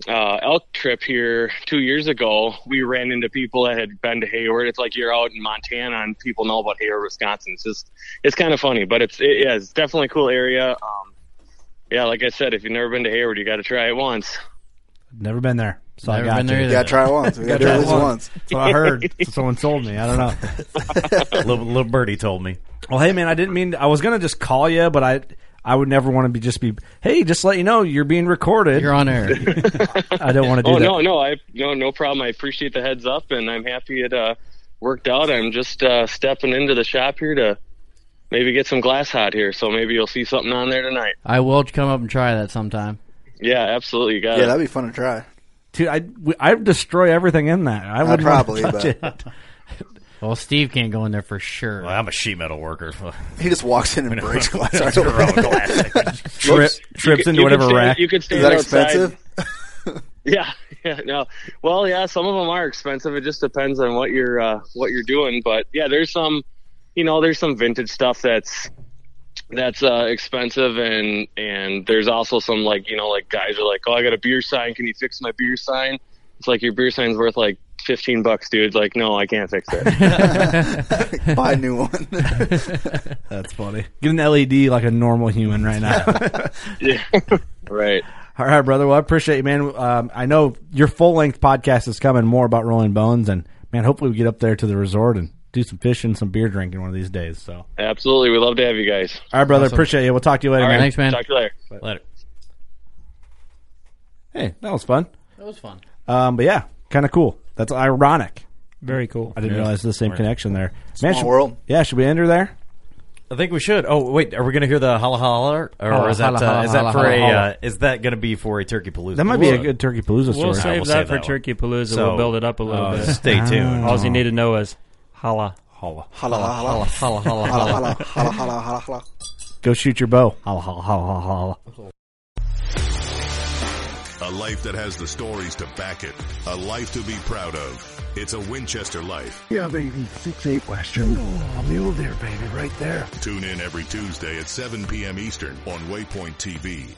F: uh, elk trip here two years ago, we ran into people that had been to Hayward. It's like you're out in Montana and people know about Hayward, Wisconsin. It's just it's kind of funny, but it's it, yeah, it's definitely a cool area. Um, yeah, like I said, if you've never been to Hayward, you got to try it once.
C: Never been there. So I
D: Never
C: got
D: been there
C: to.
D: either.
G: You gotta try it once. We gotta do it at least once.
C: That's what I heard. That's what Someone told me. I don't know.
B: little, little birdie told me.
C: Well, hey man, I didn't mean. I was gonna just call you, but I I would never want to be just be. Hey, just let you know you're being recorded.
D: You're on
F: <laughs>
D: air.
C: I don't want to do
F: Oh
C: that.
F: no, no, I no no problem. I appreciate the heads up, and I'm happy it uh, worked out. I'm just uh, stepping into the shop here to maybe get some glass hot here, so maybe you'll see something on there tonight.
D: I will come up and try that sometime.
F: Yeah, absolutely, you got
G: Yeah,
F: it.
G: that'd be fun to try.
C: Dude, I we- I'd destroy everything in that. I would
G: probably,
C: touch
G: but-
C: it.
D: Well, Steve can't go in there for sure.
B: Well, I'm a sheet metal worker. <laughs>
G: He just walks in and breaks glass. right away.
C: Trip, trips
F: You
C: into
F: could
C: whatever
F: stand-
C: rack.
F: You could stand
G: Is that
F: outside.
G: expensive?
F: Yeah, <laughs> yeah, no. Well, yeah, some of them are expensive. It just depends on what you're uh, what you're doing. But yeah, there's some, you know, there's some vintage stuff that's that's uh, expensive, and and there's also some like you know like guys are like, oh, I got a beer sign. Can you fix my beer sign? It's like your beer sign's worth like fifteen bucks, dude. Like, no, I can't fix
G: <laughs>
F: it.
G: Buy a new one.
C: That's funny. Get an LED like a normal human right now.
F: <laughs> yeah, right.
C: All right, brother. Well, I appreciate you, man. Um, I know your full length podcast is coming more about Rolling Bones, and man, hopefully we get up there to the resort and do some fishing, some beer drinking one of these days. So, all
F: Absolutely, we love to have you guys.
C: right, brother. Appreciate you. We'll talk to you later,
F: All right,
C: man.
D: Thanks, man.
F: Talk to you later.
B: Later.
C: Hey, that was fun.
D: That was fun.
C: Um, but yeah, kind of cool. That's ironic.
E: Very cool.
C: I didn't realize the same connection there. Man,
G: Small
C: should-
G: world.
C: Yeah, should we enter there?
B: I think we should. Oh wait, are we going to hear the holla holla, or
D: Holla,
B: is that
D: holla,
B: uh,
D: holla,
B: is that
D: holla,
B: for
D: holla,
B: a
D: holla.
B: uh, is that going to be for a turkey palooza?
C: That might be a good Turkey Palooza story.
E: We'll save
B: we'll
E: that
B: save
E: for
B: that one.
E: Turkey Palooza.
B: So-
E: we'll build it up a little
B: Uh, <laughs>
E: bit.
B: stay tuned.
E: All you need to know is holla.
C: Holla.
G: Holla, holla,
B: Holla,
G: holla,
B: holla, holla.
G: holla, holla, holla, holla, holla.
C: Go shoot your bow. Holla, holla, holla, holla, holla.
H: A life that has the stories to back it. A life to be proud of. It's a Winchester life.
K: Yeah, baby. Six eight Western. Oh, mule deer, baby, right there.
H: Tune in every Tuesday at 7 p.m. Eastern on Waypoint TV